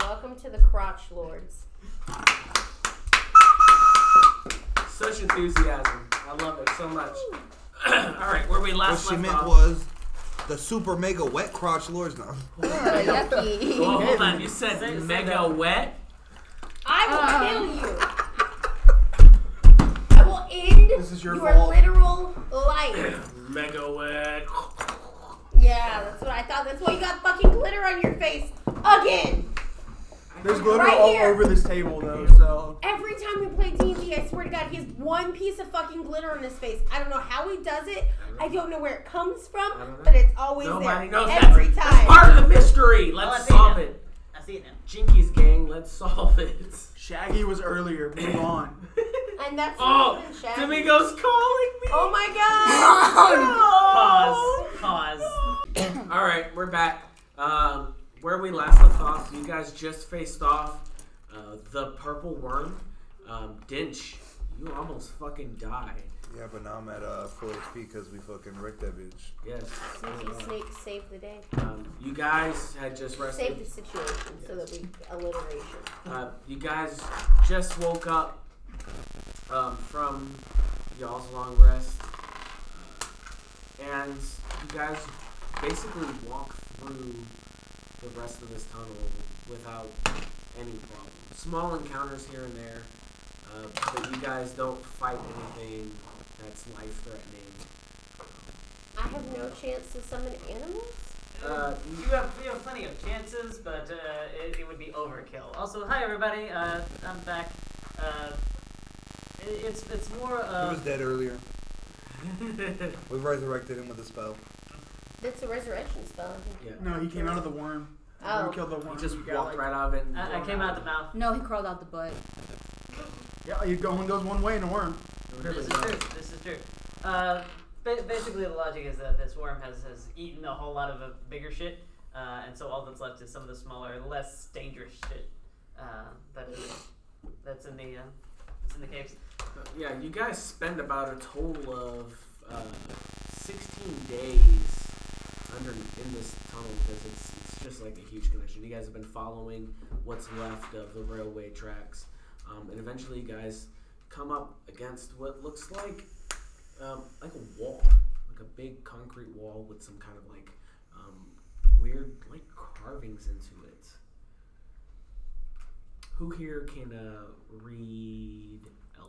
welcome to the Crotch Lords. Such enthusiasm. I love it so much. All right, where we What last she left meant off. was the super mega wet crotch lords. No. Well, yucky. hold on. You said mega wet. I will kill you. I will end This is your your fault. literal life. Mega wet. Yeah, that's what I thought. That's why you got fucking glitter on your face again. There's glitter Right all here. over this table though, so Every time we play D&D, I swear to God, he has one piece of fucking glitter on his face. I don't know how he does it. I don't know where it comes from, know. but it's always Nobody there knows every that's, time. That's part of the mystery. Let's I'll solve see it. I see it now. Jinkies gang, let's solve it. Shaggy was earlier. Move on. and that's Oh, even Shaggy. Domingo's calling me. Oh my God! Pause. Pause. All right, we're back. Um, where we last left off, you guys just faced off uh, the purple worm, um, Dinch. You almost fucking died. Yeah, but now I'm at uh, full HP because we fucking wrecked that bitch. Yes. Sneaky Snake saved the day. Um, you guys had just Save rescued. the situation so that we alliteration. Uh, you guys just woke up um, from y'all's long rest, uh, and you guys basically walk through the rest of this tunnel without any problem. Small encounters here and there, uh, but you guys don't fight anything that's life threatening. I have no chance to summon animals. Uh, you have we have plenty of chances, but uh, it, it would be overkill. Also, hi everybody. Uh, I'm back. Uh, it, it's it's more He of was dead earlier. We resurrected him with a spell. That's a resurrection spell. yeah. No, he came out of the worm. Oh. You killed the worm. You just you got, walked like- right out of it. and I, I came out the mouth. No, he crawled out the butt. Yeah, you go only goes one way in a worm. Whatever This is it was. true. This is true. Uh, ba- basically, the logic is that this worm has, has eaten a whole lot of uh, bigger shit, uh, and so all that's left is some of the smaller, less dangerous shit uh, that is, that's in the uh, that's in the caves. Yeah, you guys spend about a total of uh, 16 days under in this tunnel because it's, it's just like a huge connection. You guys have been following what's left of the railway tracks, um, and eventually you guys come up against what looks like um, like a wall, like a big concrete wall with some kind of like um, weird like carvings into it. Who here can uh, read Elvish?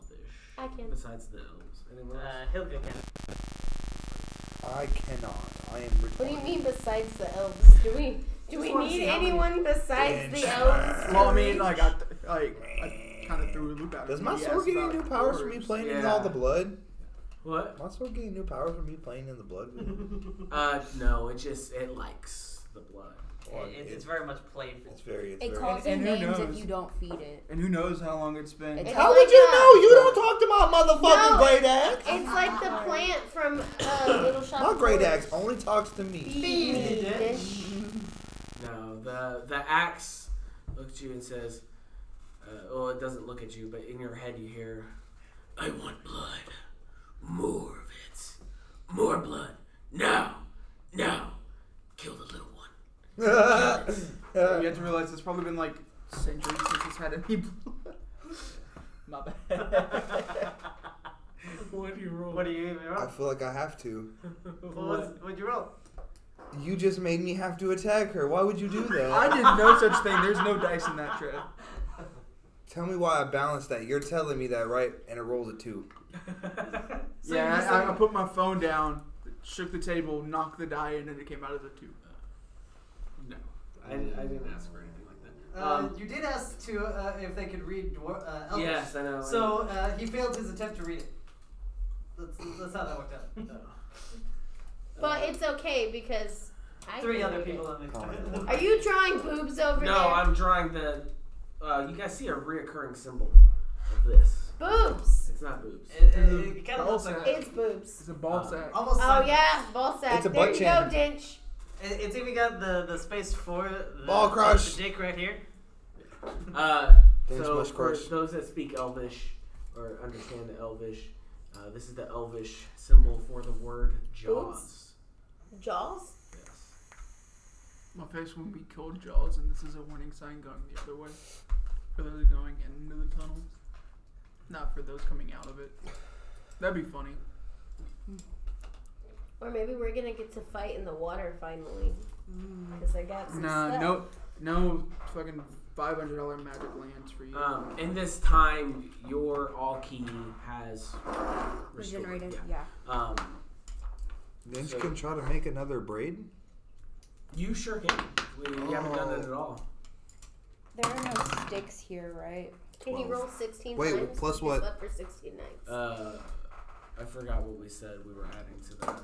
I can. Besides the elves, anyone else? Uh, Hilga can. I cannot. I am What do you retarded. mean besides the elves? Do we do Just we wanna see need how many- anyone besides the Bitch. elves? Well, I mean, like I th- like I kind of threw a loop out. Does my He sword asked get any about new powers from me orbs. playing in Yeah. all the blood? What? My sword getting new powers from me playing in the blood? Uh, no, it just it likes the blood. Or It, it's, it- it's very much playful. it's very. It's It very calls And- you and who names knows? if you don't feed it. And who knows how long it's been? It's- How It's would like you a- know? You don't talk to my motherfucking No. great axe. It's like the plant from uh, Little Shop. My of great Horrors. axe only talks to me. Feed me, Feed it. bitch. No, the the axe looks at you and says, uh, "Well, it doesn't look at you, but in your head you hear, I want blood, more of it, more blood, now, now, kill the little one." you have to realize it's probably been like centuries since it's had any blood. My bad. What do you roll? What do you even I Uh, roll? feel like I have to. What was, what'd you roll? You just made me have to attack her. Why would you do that? I did no such thing. There's no dice in that trap. Tell me why I balanced that. You're telling me that, right? And it rolls a two. So yeah, you I, I, said- put my phone down, shook the table, knocked the die, in, and it came out of the tube. No, I, I didn't ask for anything like that. Uh, you did ask to uh, if they could read dwar- uh, Elvish. Um, Yes, I know. I So uh, he failed his attempt to read it. That's, that's how that worked out. Uh, But it's okay because I Three can other read it. people in the. Are you drawing boobs over No, there? I'm drawing the. Uh, you guys see a reoccurring symbol of this. boobs. It's not boobs. It, it, it kind of looks like It's boobs. It's a ball Um, sack. almost. Oh like, yeah, ball sack. It's a there butt you chin. go, Dinch. It, it's even got the, the space for the, Ball crush. the dick right here. Uh, Thanks so much, for Crush. those that speak Elvish or understand the Elvish, uh, this is the Elvish symbol for the word jaws. Jaws. Yes. My face when we killed Jaws, and this is a warning sign going the other way. For those going into the tunnels, not for those coming out of it. That'd be funny. Or maybe we're gonna get to fight in the water finally. Because I got some Nah, stuff. no, no fucking five hundred dollar magic lands for you. Um, in this time, your all key has restored. Regenerated. Yeah. Yeah. Um, Ninja So- can try to make another braid. you sure can. We you haven't done that at all. There are no sticks here, right? Can he roll 16 Wait, times? plus He's what? Slept for 16 nights. Uh, I forgot what we said. We were adding to that.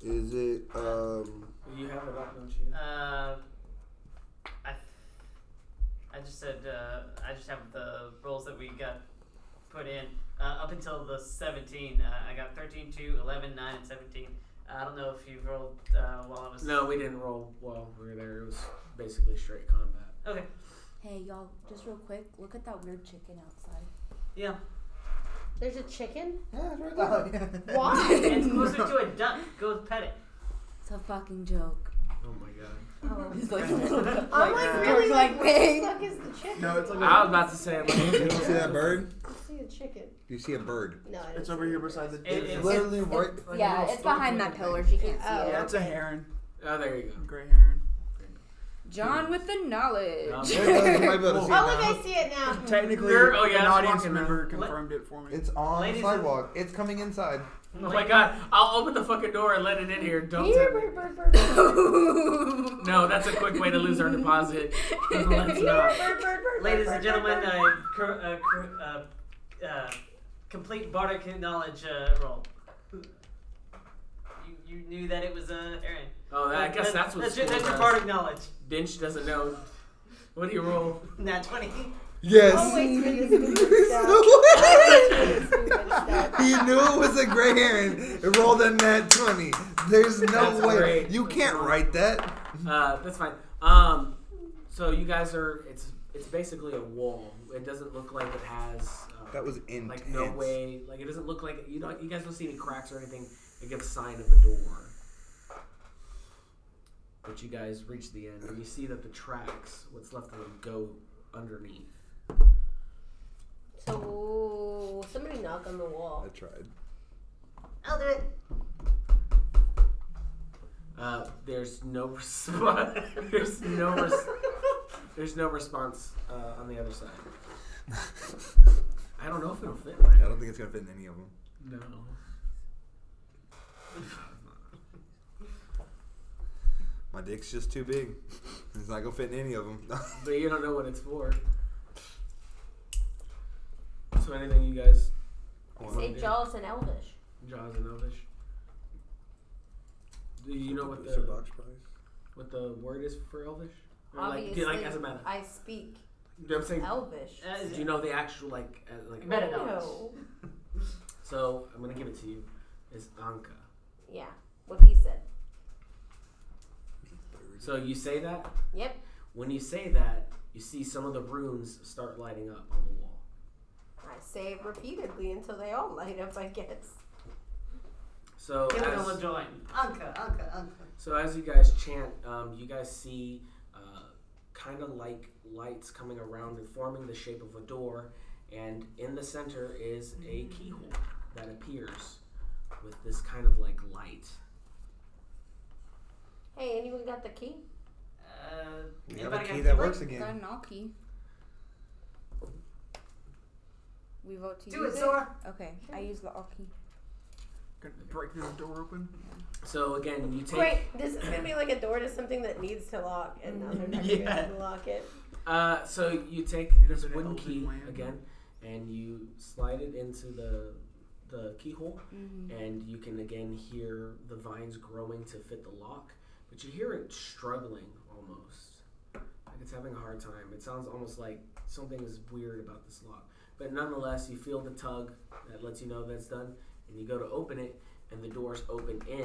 Is it um? You have it up, don't you? Uh, I, I just said uh, I just have the rolls that we got put in uh, up until the 17. Uh, I got 13, 2, 11, 9, and 17. Uh, I don't know if you rolled uh, while I was. No, we didn't roll while we were there. It was basically straight combat. Okay. Hey, y'all, just real quick, look at that weird chicken outside. Yeah. There's a chicken? Yeah, it's right Oh, there. yeah. Why? It's closer to a duck. Go pet it. It's a fucking joke. Oh my god. He's like, Oh. I'm like, really? Like, like, what the wait. fuck is the chicken? No, it's like I was about to say. Like, You don't see that bird? I see a chicken. You see a bird? No, I didn't It's see over it. here beside the. It- It's it- literally right. It's- like a yeah, little it's behind stump and that pillar. She can't see Oh. it. yeah, it's a heron. Oh, there you go. Gray heron. John with the knowledge. Yeah. Yeah, you might be able to see it Oh, look, now. I see it now. Technically, You're- oh, yeah, an it's audience walking member around. confirmed it for me. It's on Ladies the sidewalk. It's coming inside. Oh my god. I'll open the fucking door and let it in here. Don't. Here, tell me. bird, bird, bird, bird, bird, No, that's a quick way to lose our deposit. Let's not. bird, bird, bird, Ladies bird, bird, and gentlemen, bird, uh, cur- uh, cur- uh, uh, complete bardic knowledge uh, roll. You, you knew that it was uh, Aaron. Oh, that, I guess That- that's what that's your, school that's your does. bardic knowledge. Dinch doesn't know. What do you roll? Nat twenty. Yes. Always do this stupid bird, bird, bird, bird. he knew it was a gray heron. It rolled a nat twenty. There's no That's way great. you can't write that. Uh, that's fine. Um, so you guys are. It's it's basically a wall. It doesn't look like it has. Um, That was like intense. no way. Like it doesn't look like you don't. You guys don't see any cracks or anything. It gives sign of a door. But you guys reach the end and you see that the tracks, what's left of them, go underneath. So, somebody knock on the wall. I tried. I'll do it. Uh, there's no response. there's no. Res- there's no response uh, on the other side. I don't know if it'll fit. Right I now. don't think it's gonna fit in any of them. No. My dick's just too big. It's not gonna fit in any of them. But you don't know what it's for. So anything you guys Say do? Jaws and Elvish. Jaws and Elvish. Do you know what Is there the box price? what the word is for Elvish? Or like, do you, like as a meta? I speak You know what I'm saying? Elvish. Uh, Do you know the actual like uh, like? Meta knowledge. No. So I'm gonna give it to you. Is Anka. Yeah, what he said. So you say that. Yep. When you say that, you see some of the runes start lighting up on the wall. I say it repeatedly until they all light up, I guess. So Give it as- a join. Anka, Anka, Anka. So as you guys chant, um, you guys see uh, kind of like lights coming around and forming the shape of a door, and in the center is a keyhole that appears with this kind of like light. Hey, anyone got the key? Uh, We have a anybody key got that that works Got again. an all key. We vote to Do use it, Zora. Okay, I use the all key. Gonna break this door open. So again, you take Great. This is gonna be like a door to something that needs to lock, and now they're not gonna be able to lock it. uh, so you take this an wooden elven key land. again, and you slide it into the the keyhole, Mm-hmm. and you can again hear the vines growing to fit the lock, but you hear it struggling almost. Like it's having a hard time. It sounds almost like something is weird about this lock. But nonetheless, you feel the tug that lets you know that's done, and you go to open it, and the doors open in,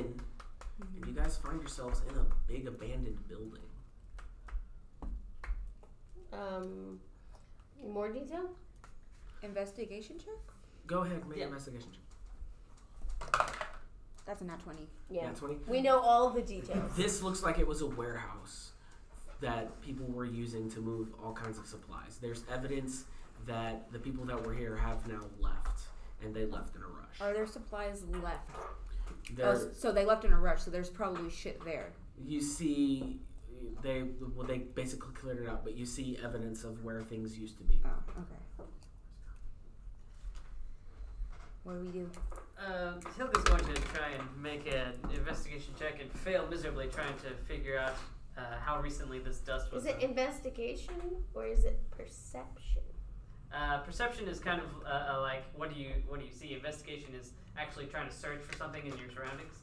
and you guys find yourselves in a big abandoned building. Um, more detail. Investigation check? Go ahead, make Yeah. an investigation check. That's a nat 20. Yeah. Nat 20. We know all the details. This looks like it was a warehouse that people were using to move all kinds of supplies. There's evidence that the people that were here have now left, and they left in a rush. Are there supplies left? There- Oh, s- so they left in a rush. So there's probably shit there. you see, they well, they basically cleared it out, but you see evidence of where things used to be. Oh, okay. What do we do? Uh, Tilga's going to try and make an investigation check and fail miserably trying to figure out uh, how recently this dust was. Is it done. investigation or is it perception? Uh, perception is kind of uh, uh, like what do you what do you see? Investigation is actually trying to search for something in your surroundings.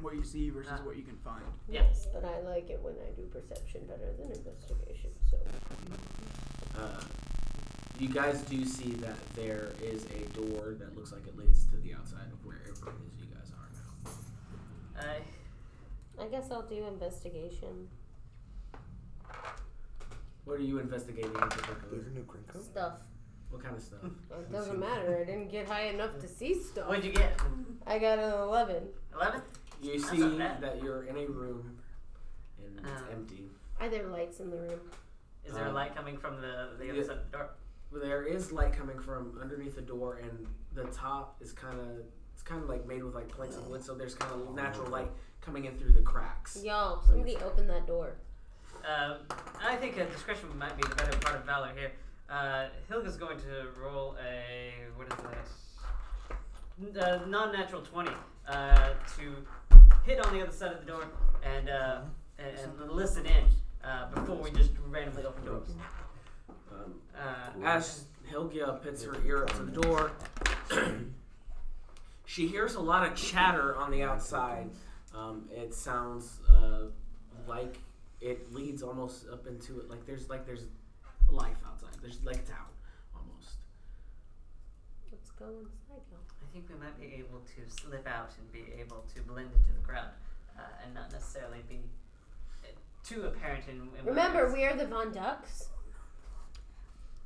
What you see versus Uh. what you can find. Yes. But I like it when I do perception better than investigation. So Uh, you guys do see that there is a door that looks like it leads to the outside of wherever it is you guys are now. Uh, I guess I'll do investigation What are you investigating in particular? There's a new Grinko. stuff. What kind of stuff? It doesn't matter. I didn't get high enough to see stuff. what'd you get? I got an eleven. Eleven. You That's see not bad. that you're in a room and it's Um, empty. Are there lights in the room? Is there a Um, light coming from the the other yeah. side of the door? Well, there is light coming from underneath the door, and the top is kind of it's kind of like made with like planks of wood, so there's kind Oh, of natural light coming in through the cracks. Y'all, somebody open that door. Uh, I think uh, discretion might be the better part of valor here. Uh, Hilga's going to roll a what is that? N- Uh, non-natural twenty uh, to hit on the other side of the door and uh, and, and listen in uh, before we just randomly open doors. Um, Uh, as Helgia pits her ear up to the door, she hears a lot of chatter on the outside. Um, it sounds uh, like it leads almost up into it. Like there's like there's life outside. There's like a town almost. Let's go inside, y'all. I think we might be able to slip out and be able to blend into the crowd uh, and not necessarily be uh, too apparent in. in what it Remember, is. we are the Von Ducks.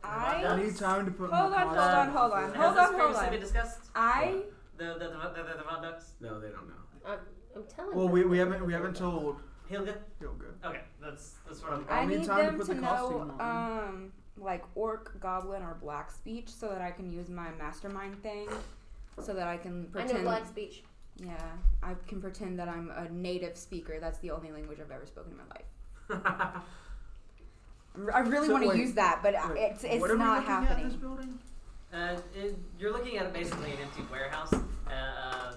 I- I need time to put Hold my on, hold thoughts on, in. hold on, Has hold this on, hold previously on. been discussed? I The the the the, the, the Von Ducks? No, they don't know. I'm, I'm telling Well, them we, that we we're haven't the we Von Ducks. haven't told Hilga. Yoga. Okay, that's that's what I'm. I I need need time to them put to the know costume on. um like orc, goblin, or black speech so that I can use my mastermind thing, so that I can I pretend. know Black Speech. Yeah, I can pretend that I'm a native speaker. That's the only language I've ever spoken in my life. I'm r- I really So want to wait, use that, but I Wait, it's it's what are we not looking at in happening. this building? Uh, it, you're looking at basically an empty warehouse. Uh,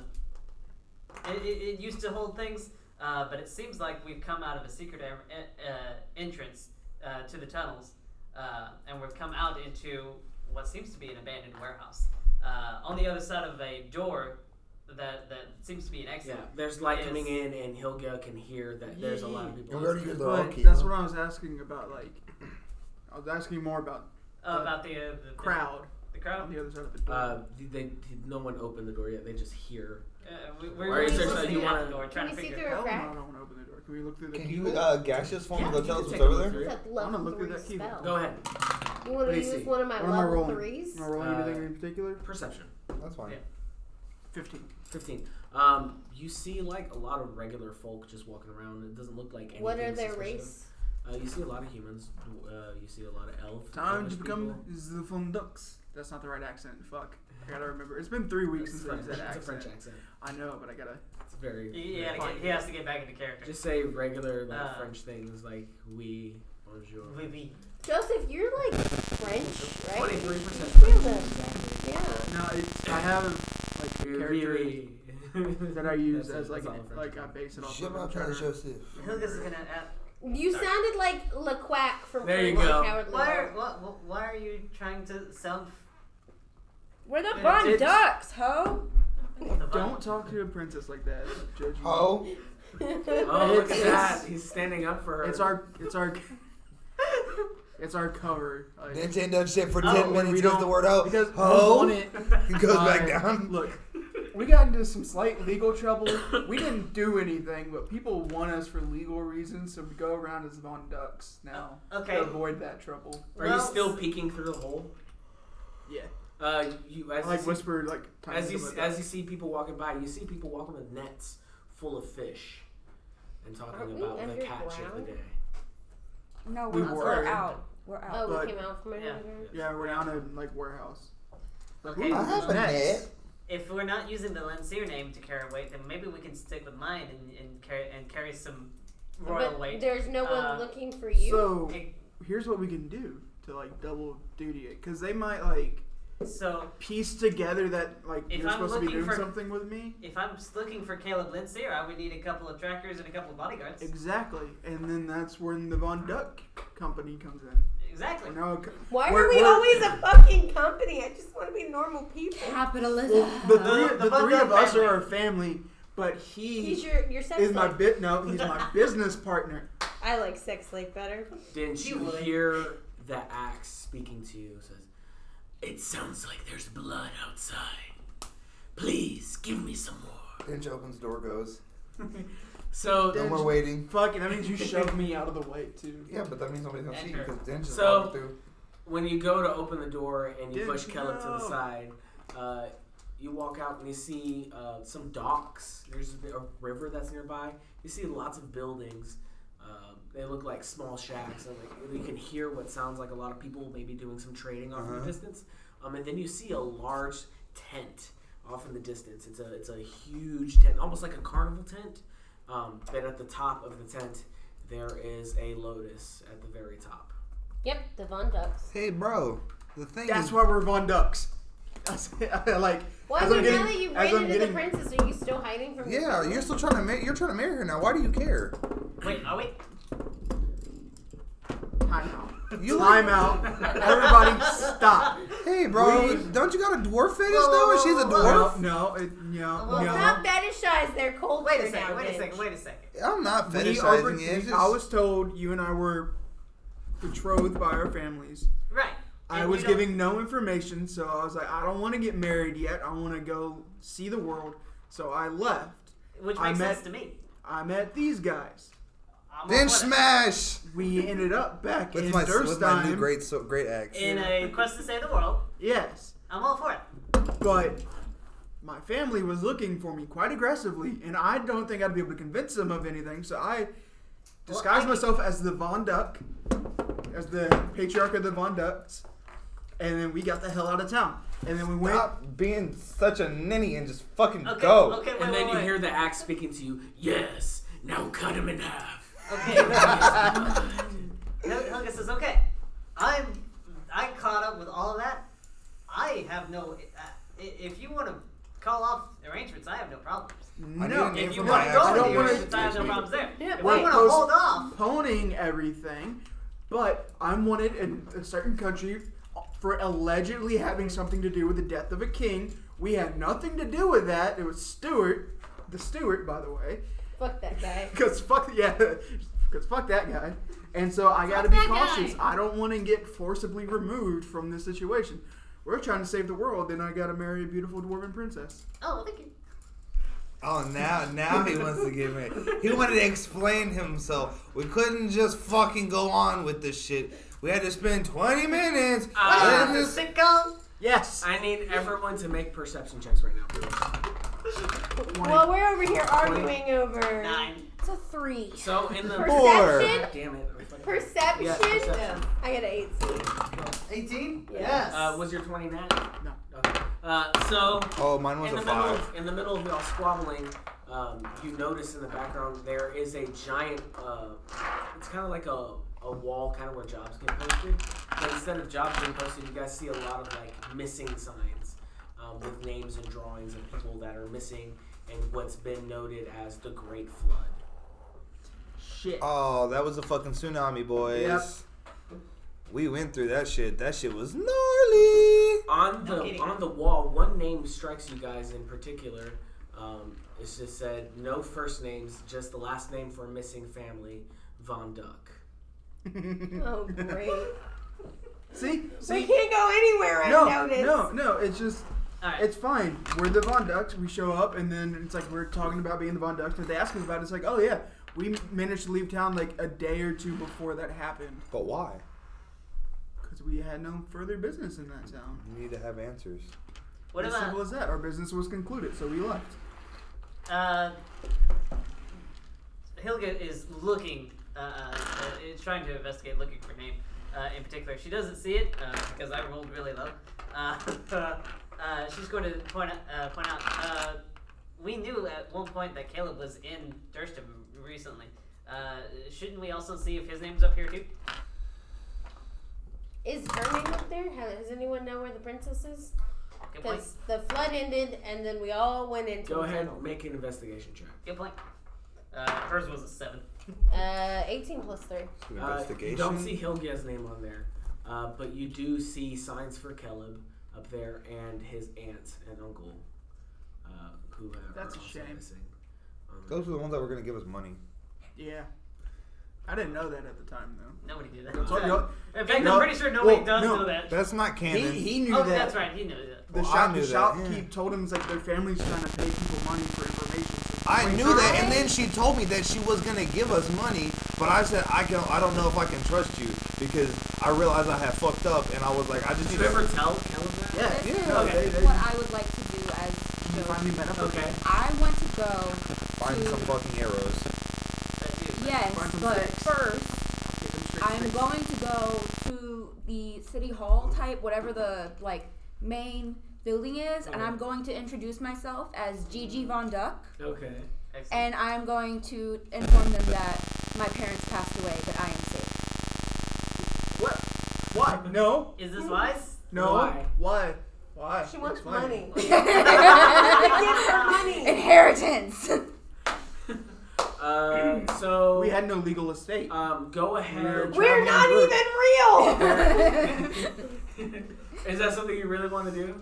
it, it, it used to hold things, uh, but it seems like we've come out of a secret er- e- uh, entrance uh, to the tunnels, uh, and we've come out into what seems to be an abandoned warehouse. Uh, on the other side of a door that that seems to be an Yeah, exit. there's light coming Yes. in, and Hilga can hear that there's a lot of people. And where do you outside. live? But Loki, that's huh? what I was asking about. Like, I was asking more about Uh, about the, uh, the the- crowd The crowd. on the other side of the door. Uh, they, they- no one opened the door yet. They just hear. Uh, we, we're Or is just there something listening you at wanna- the door, trying Can to we see figure. through Hell a no, I crack? don't want to open the door. Can we look through the Can you keyhole? uh, gaseous form Yeah, and go you tell can us take what's a over look there? through. It's a I'm gonna level look through three that keyhole. spell. Go ahead. You want Let to me use see. one of my What am I level rolling? threes? Am I uh, rolling anything in particular? Perception. That's fine. Yeah. Fifteen. Fifteen. Um, you see like a lot of regular folk just walking around. It doesn't look like anything. What are their suspicious. race? Uh, you see a lot of humans. dw- Uh, you see a lot of elf. Time to elvish become people. the Von Ducks. That's not the right accent. Fuck. I gotta remember. It's been three weeks It's since I French. used It's that a accent. French accent. I know, but I gotta. It's very. He, he, very- had to get, he has to get back into character. Just say regular like Uh, French things like oui, bonjour. We- we- Joseph, you're like French, right? Twenty-three percent. You feel that. Exactly. Yeah. No, it's, I have like Oui, characters oui, oui. that I use That's it. as like That's all an- in French. like I base it off. Shit, of I'm I'm trying to trying show Steve. Hilga's is gonna uh, ask. You sounded like LeQuack from There you Pretty Little go. Cowardly Why are, Dog. why, why are you trying to sound We're the Yeah, Von it's- Ducks, ho! the Don't talk to a princess like that. Judge. me. Ho, Oh, look It's- at it's- that. He's standing up for her. It's our. It's our. It's our cover. Like, Nance ain't done shit for Oh, ten when minutes. we Does the don't- word ho? Because we ho, want it. he goes back Alright, down. Look, we got into some slight legal trouble. We didn't do anything, but people want us for legal reasons, so we go around as Von Ducks now Okay. to avoid that trouble. Are Well- you still peeking through the hole? Yeah, Uh, you as I like you see, whispered like tiny as you stuff see- like as you see people walking by, you see people walking with nets full of fish, and talking Aren't we about the catch of the underground? day. No, We we're, were. we're out. We're out. Oh, But- we came out from Yeah. another. Yeah, we're down in like warehouse. I Okay. well, have a net. if we're not using the Lancier name to carry weight, then maybe we can stick with mine and, and carry and carry some royal But weight. there's no one Uh, looking for you. So Okay, here's what we can do to like double duty it, because they might like So piece together that like If you're I'm supposed to be looking doing for- something with me. if I'm s- looking for Caleb Lancier, I would need a couple of trackers and a couple of bodyguards. Exactly, and then that's when the Von Duck company comes in. Exactly. You know, c- Why We're- are we we're- always a fucking company? I just want to be normal people. Capitalism. well, the The- three, the the Von three Duck of us family. are a family, but he He's your your sex is my slave. bit. No, he's my business partner. I like sex slave better. Didn't You you would. hear that axe speaking to you? Says, "It sounds like there's blood outside. Please give me some more." Pinch opens door, goes. So, No more waiting. Fucking, that means you shoved me out of the way too. Yeah, but that means nobody's gonna see you because Dinch is So- walking through. when you go to open the door and you Did push you Caleb to the know? side, uh, you walk out and you see uh, some docks. There's a, bit- a river that's nearby. You see lots of buildings. Um, they look like small shacks, and like, you can hear what sounds like a lot of people maybe doing some trading off in Uh-huh. the distance. Um, and then you see a large tent off in the distance. It's a it's a huge tent, almost like a carnival tent. Um, but at the top of the tent, there is a lotus at the very top. Yep, the Von Ducks. Hey, bro. The thing That's is, why we're Von Ducks. I said- I, like, Well, as you I'm getting, really you as ran I'm into the getting, princess. Are you still hiding from? your yeah, family? you're still trying to marry. You're trying to marry her now. Why do you care? Wait, oh wait. time out. You time out. Everybody, stop. Hey, bro. We- don't you got a dwarf fetish Whoa, though? whoa, And she's a whoa, dwarf. No, no, it, no, Well, Well, no. stop fetishize their culture Wait a now. second. Wait a bitch. second. Wait a second. I'm not We are- fetishizing we- it. It's I just- was told you and I were betrothed by our families. Right. I And was you don't- giving no information, so I was like, I don't want to get married yet. I want to go see the world. So I left. Which I makes met- sense to me. I met these guys. I'm Then all for it. smash We ended up back with in my with my new Durstheim. great so, great axe. In a quest to save the world, yes, I'm all for it. but my family was looking for me quite aggressively, and I don't think I'd be able to convince them of anything. So I disguised I- myself as the Von Duck, as the patriarch of the Von Ducks, and then we got the hell out of town. And then we went. Stop being such a ninny and just fucking Okay. go. Okay. Wait, and then wait, you wait. hear the axe speaking to you. Yes, now cut him in half. Okay. Helga says, "Okay, I'm. I caught up with all of that. I have no. Uh, i- if you want to call off arrangements, I have no problems. I need no, a name If for you my want to axe. go I with don't the wanna- arrangements, I have no problems there. Yeah, if wait. we want to Post- hold off, postponing everything, but I'm wanted in a certain country for allegedly having something to do with the death of a king. We had nothing to do with that. It was Stuart, the Stuart, by the way, Fuck that guy. because fuck yeah, because fuck that guy. And so I got to Fuck be that cautious. guy. I don't want to get forcibly removed from this situation. We're trying to save the world, then I got to marry a beautiful dwarven princess. oh, well, thank you. Oh, now now he wants to get married. He wanted to explain himself. We couldn't just fucking go on with this shit. We had to spend 20 minutes. Ah. in What is this- this sicko? Yes. I need everyone to make perception checks right now. please. Well, we're over here arguing over Nine. It's a three. So in the Four. God perception. damn it. I fucking- Perception. Yeah, perception. I got an eight. Eighteen. Yeah. Yes. Uh, was your twenty nine? No. Okay. Uh, so Oh, mine was in a the middle five. of, in the middle of y'all squabbling, um, you notice in the background there is a giant. Uh, it's kind of like a, a wall, kind of where jobs get posted. But instead of jobs being posted, you guys see a lot of like missing signs um, with names and drawings of people that are missing and what's been noted as the Great Flood. Shit. Oh, that was a fucking tsunami, boys. Yep. We went through that shit. That shit was gnarly. on No the kidding. on the wall, one name strikes you guys in particular. Um, it's just said no first names, just the last name for a missing family, Von Duck. Oh great. see, we see, can't go anywhere right now. no, Nick. no, no. It's just All right. It's fine. We're the Von Ducks. We show up, and then it's like we're talking about being the Von Ducks, and they ask us about it. It's like, oh yeah, we managed to leave town like a day or two before that happened But why? because we had no further business in that town. We need to have answers. what as simple about as that? Our business was concluded, so we left. uh, Hilga is looking uh, uh, is trying to investigate, looking for name uh, in particular. She doesn't see it uh, because I rolled really low. Uh, uh, she's going to point out, uh, point out. Uh, we knew at one point that Caleb was in Durstham recently. Uh, shouldn't we also see if his name's up here too? Is her name up there? Has, does anyone know where the princess is? Good point. Because the flood ended and then we all went into Go a ahead, tunnel. make an investigation check. Good point. Uh, hers was a seven. Uh, 18 plus 3. Uh, you don't see Hilgia's name on there, uh, but you do see signs for Caleb up there and his aunt and uncle, uh, who uh, That's are a also shame. missing. Um, Those are the ones that were gonna give us money. Yeah. I didn't know that at the time, though. Nobody knew that. That's what- no, In fact, no, I'm pretty sure nobody well, does no, know that. That's not he, canon. he knew Oh, that. that's right. He knew that. The Well, I shop, knew the that, shopkeep yeah. told him it's like their family's trying to pay people money for information. So I wait, knew that, and then she told me that she was gonna give us money, but I said I can. I don't know if I can trust you because I realized I had fucked up, and I was like, I just Did need you ever to. tell Caleb that? Yeah, This yeah. is No, okay. they, they, what I would like to do as they Joe. finally met up. with Okay. him. I want to go. Find some fucking arrows. That dude. Yes, Find some but sticks. first Get them straight I'm fixed. going to go to the city hall type, whatever the like main building is, and I'm going to introduce myself as Gigi Von Duck, Okay. Excellent. and I'm going to inform them that my parents passed away, but I am safe. What? Why? No. Is this wise? No. Why? Why? Why? She wants money. Explain. Inheritance. Uh, so We had no legal estate. um, go ahead. We're not even real! Is that something you really want to do?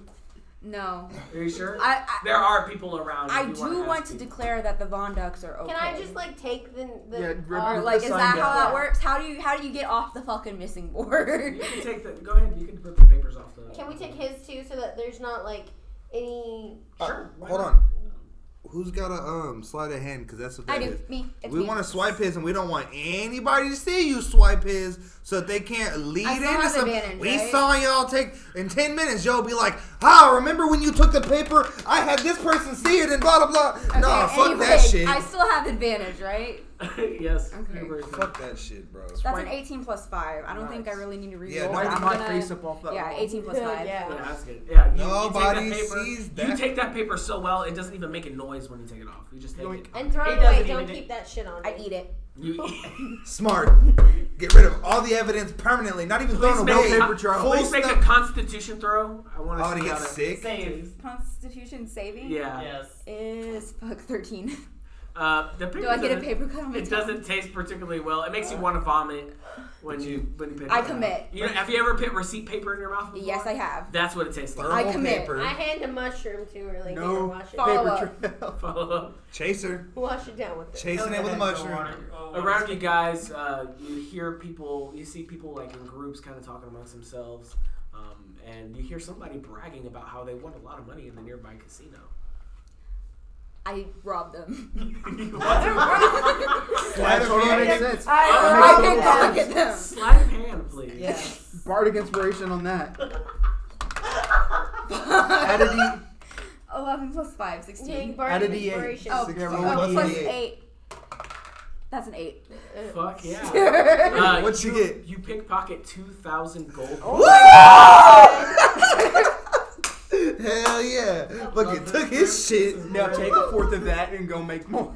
no, Are you sure? I I, there are people around. if I you do ask want to people. declare that the Von Ducks are okay. Can I just like take the. the Yeah, rip- uh, Or rip like, the is sign that how down. that works? How do you how do you get off the fucking missing board? You can take the. Go ahead. You can rip the papers off the. can we take his too so that there's not like any. Sure. Uh, why hold not? on. Who's got a um sleight of hand? Because that's what I that do. is. Me. It's We me. want to swipe his, and we don't want anybody to see you swipe his, so that they can't lead I still into have some. advantage, We right? saw y'all take in ten minutes. Y'all be like, "Ah, remember when you took the paper? I had this person see it, and blah blah blah." Okay, nah, fuck anyway, that shit. I still have advantage, right? Um, yes. Okay. you're very good. Fuck that shit, bro. That's Right. an 18 plus 5. I don't think I Nice. really need to reroll. Yeah, Why no, did I'm my gonna, face up off that Yeah, wall? 18 plus Yeah, 5. yeah. that's good. Yeah, you, Nobody you take that paper, sees You that. take that paper so well, it doesn't even make a noise when you take it off. You just take Yoink. it. And throw He it doesn't away. even Don't do- keep that shit on I him. eat it. You Smart. Get rid of all the evidence permanently. Not even please thrown make, away. a, paper trail. Full please make a stuff. Constitution throw. I want Oh, to to see get how that. sick. Same. Constitution saving Yeah. Yes. is fuck 13. Uh, the paper Do I get a doesn't- paper cut on my It tongue? doesn't taste particularly well. It makes you want to vomit when Would you you- when you pick I it up. commit. You know, have you ever put receipt paper in your mouth? Before? Yes, I have. That's what it tastes like. Thermal I commit. I paper. hand a mushroom to her. Like, No. here, wash it, Fuck. Follow Paper up. trail. Follow up. Chaser. wash it down with it. Chasing it with a mushroom. Oh, Around you guys, uh, you hear people, you see people like in groups kind of talking amongst themselves, um, and you hear somebody bragging about how they won a lot of money in the nearby casino. I robbed them. That totally makes hand. sense. Oh, I robbed can them. pocket them. Sleight of hand, please. Bardic inspiration on that. Add a D. 11 plus 5, 16. Jake Add a Barton D8. inspiration. Oh, Six, oh, roll a plus D8. 8. That's an 8. Fuck yeah. Uh, What'd you get? You pickpocket 2,000 gold. Oh. Hell yeah. Fucking took his shit. Now take a fourth of that and go make more.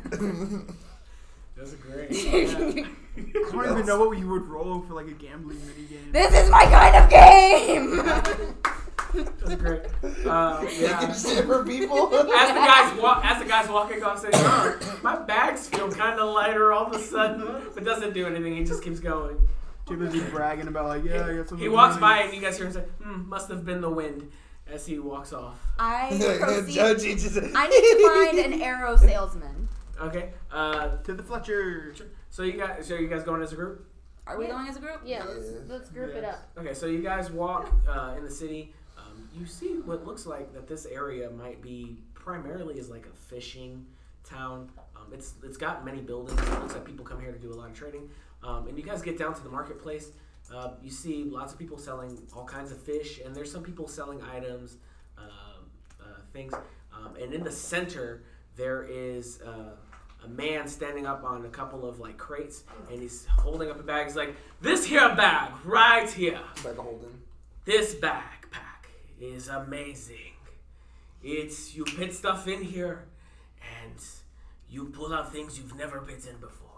That's great. Yeah. I don't even know what you would roll for like a gambling minigame. This is my kind of game! That's great. Uh, Taking yeah. shit from people. As the guys walk, as the guys walking off, saying, "Huh, "My bags feel kind of lighter all of a sudden," but doesn't do anything. He just keeps going. Too busy bragging about like, yeah, I got some. He walks by and you guys hear him say, hmm, must have been the wind as he walks off. I And proceed. Judge, he just- I need to find an arrow salesman. Okay. Uh, to the Fletcher. so you guys so you guys going as a group? Are we going as a group? Yeah, let's, let's group it up. Okay, so you guys walk uh, in the city. Um, you see what looks like that this area might be primarily is like a fishing town. Um, it's it's got many buildings. It looks like people come here to do a lot of trading. Um, and you guys get down to the marketplace. Uh, you see lots of people selling all kinds of fish, and there's some people selling items, um uh, things. Um, and in the center there is uh, a man standing up on a couple of like crates, and he's holding up a bag. He's like, "This here bag right here, Bag of holding. this backpack is amazing. It's you put stuff in here, and you pull out things you've never bitten before.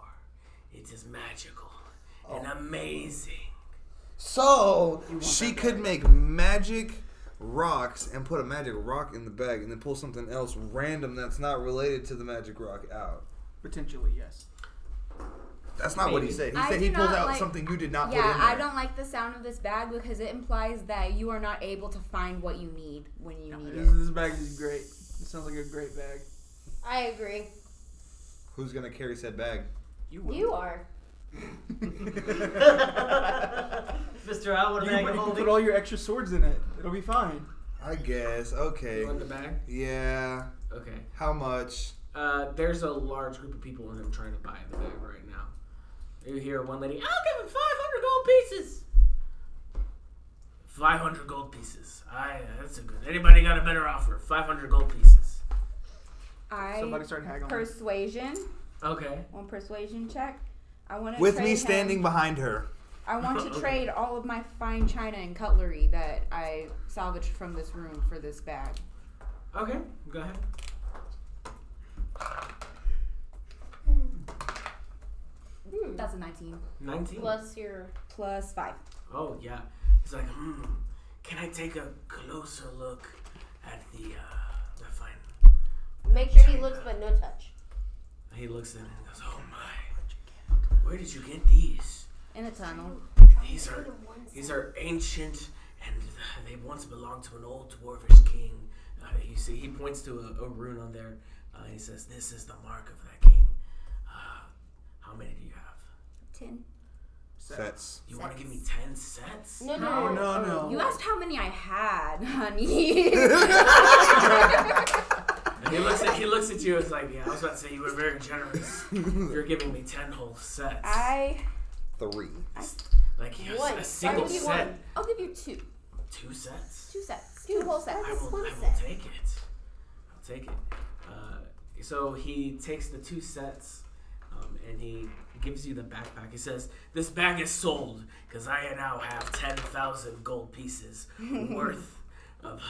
It is magical and amazing." So she could make magic rocks and put a magic rock in the bag and then pull something else random that's not related to the magic rock out. Potentially, yes. That's not what he Maybe. said. He I said do he pulled not out like- something you did not put yeah, in there. I don't like the sound of this bag because it implies that you are not able to find what you need when you need This, it. this bag is great. It sounds like a great bag. I agree. Who's gonna carry said bag? You You are. Mister, I want You can, you a bag of can holding. put all your extra swords in it. It'll be fine. I guess. Okay. You want the bag? Yeah. Okay. How much? Uh, there's a large group of people and I'm trying to buy the bag right now. You hear one lady, I'll give him 500 gold pieces. 500 gold pieces. I, that's a good. Anybody got a better offer? 500 gold pieces. I Somebody start haggling. persuasion Okay. one persuasion check. I want to With me standing behind her. I want to Okay. trade all of my fine china and cutlery that I salvaged from this room for this bag. Okay. Go ahead. That's a 19 19. Hmm. Plus your. plus five. Oh, yeah. He's like, hmm. Can I take a closer look at the, uh, the fine? Make sure he looks, but no touch. He looks at it and goes, oh my. Where did you get these? In a tunnel. These are these are ancient, and they once belonged to an old dwarvish king. Uh, you see, he points to a, a rune on there. Uh, he says, "This is the mark of that king." Uh, how many do you have? Ten. Sets. You want to give me ten sets? No, No, no, no, no. Oh. You asked how many I had, honey. And he looks at he looks at you. It's like, yeah, I was about to say you were very generous. You're giving me ten whole sets. I Three. like you know, What? a single Why would you set, want- I'll give you two. two sets. Two sets. Two whole sets. I will, One I will set. take it. I'll take it. Uh, so he takes the two sets um, and he gives you the backpack. He says, This bag is sold because I now have 10,000 gold pieces worth of.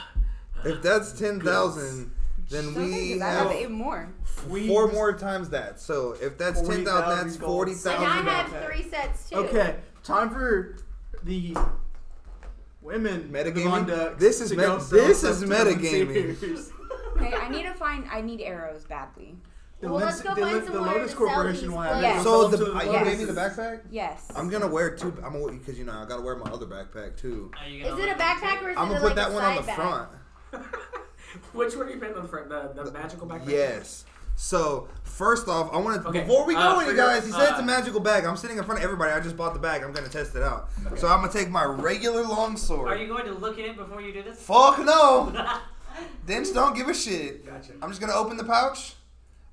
Uh, If that's ten thousand, then we I have have eight more. We four just- more times that. So if that's ten 40,000 thousand, that's gold. forty And Sounds I thousand. about have that. three sets too. Okay, time for the women Metagaming? Vonda This is to me- go sell this stuff is to the Lindsay metagaming. Spears. Okay, I need to find. I need arrows badly. The Well, let's Lindsay- go the find Lin- some the more Lotus to sell Corporation these will have it. Yeah. Go So sell the them to are you Yes. gave Lotus. me the backpack. Yes. I'm gonna wear two. I'm gonna because you know I gotta wear my other backpack too. Are you Is gonna it a let backpack or is I'm it gonna like put that a one side on the bag? front. Which one are you paying on the front? The, the magical backpack? Yes. So first off, I want to Okay, before we go uh, any figure- guys. He said it's uh, a magical bag. I'm sitting in front of everybody. I just bought the bag. I'm gonna test it out. So I'm gonna take my regular me- longsword. Are you going to look at it before you do this? Fuck no. Dents don't give a shit. Gotcha. I'm just gonna open the pouch.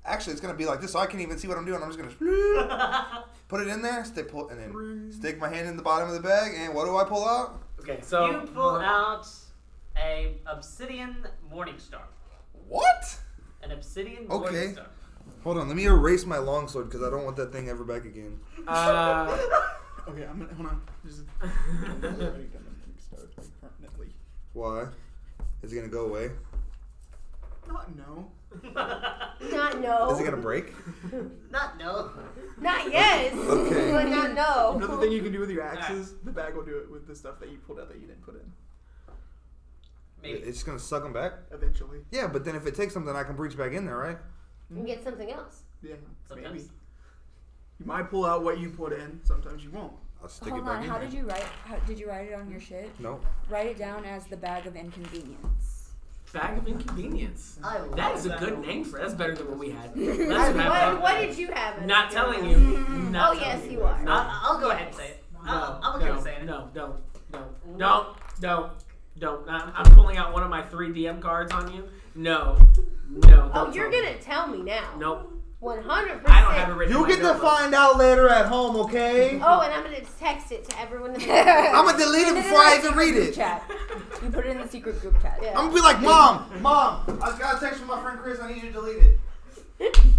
Actually, it's gonna be like this, so I can't even see what I'm doing. I'm just gonna put it in there, stick pull, and then stick my hand in the bottom of the bag. And what do I pull out? Okay, so. you pull out a obsidian morning star. What? An obsidian Okay. morning star. Hold on, let me erase my longsword because I don't want that thing ever back again. Uh, Okay, I'm gonna hold on. Just- I'm already gonna kickstart it permanently. Why? Is it gonna go away? Not no. Not no. Is it gonna break? Not no. Not yes. Okay. But not no. Another thing you can do with your axes, the bag will do it with the stuff that you pulled out that you didn't put in. Maybe. It's just gonna suck them back. Eventually. Yeah, but then if it takes something, I can breach back in there, right? And get something else. Yeah. Sometimes. Maybe. You might pull out what you put in, sometimes you won't. I'll stick Hold it back on. in. How there. did you write? How, did you write it on your shit? Nope. Write it down as the bag of inconvenience. bag of inconvenience. I love That is a that good one. name for That's better than what we had. What, That's what, did you have? in Not it? telling you. Not Oh, telling yes, you you are. No. I, I'll go ahead and say it. Uh, I'll, I'll go ahead no, and say it. No, don't, don't, don't, don't, don't. I'm, I'm pulling out one of my three DM cards on you. No, no. Oh, don't you're tell me. gonna tell me now. Nope. 100%. I don't have it written. in my notebook. out later at home, okay? Oh, and I'm gonna text it to everyone in the group. I'm gonna delete it Put in before the I even secret read group it. Chat. You put it in the secret group chat. Yeah. I'm gonna be like, Mom, Mom, I just got a text from my friend Chris. I need you to delete it.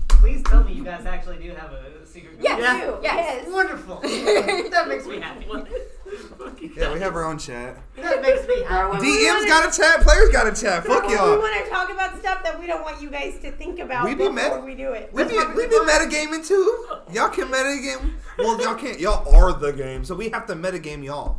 Please tell me you guys actually do have a secret. Yes, Yeah. you. Yes. Yes. Wonderful. that makes me happy. Yeah, we have our own chat. That makes me happy. DM's got a chat. Players got a chat. Fuck we y'all. want to talk about stuff that we don't want you guys to think about We be before mad- we do it. We be we be metagaming too. Y'all can metagame. Well, y'all can't. Y'all are the game, so we have to metagame y'all.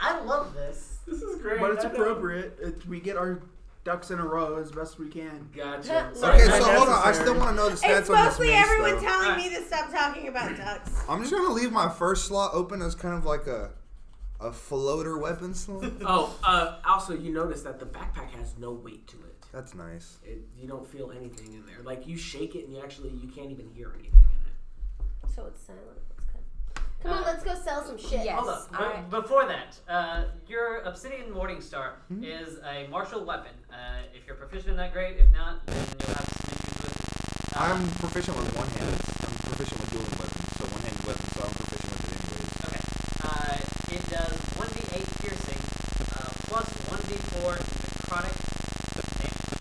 I love this. This is great. But it's I don't- appropriate. It, we get our ducks in a row as best we can. Gotcha. Okay, Okay, Sorry, so I- hold on. I still want to know the stats It's on this mostly mace, everyone though. telling Alright. me to stop talking about ducks. I'm just gonna leave my first slot open as kind of like a a floater weapon slot. Oh, uh, also, you notice that the backpack has no weight to it. That's nice. it. You don't feel anything in there. Like you shake it, and you actually you can't even hear anything in So it's silent. That's good. Come on, Uh, let's go sell some shit. Oh, yes. Hold up. All right. Before that, uh, your Obsidian Morningstar Hmm? is a martial weapon. Uh, if you're proficient in that, great. If not, then you'll have to make use with. Uh, I'm proficient with one hand. I'm proficient with dual weapons, so one handed weapons, so I'm proficient with it anyways. Okay. Uh, it does 1d8 piercing uh, plus 1d4 necrotic damage.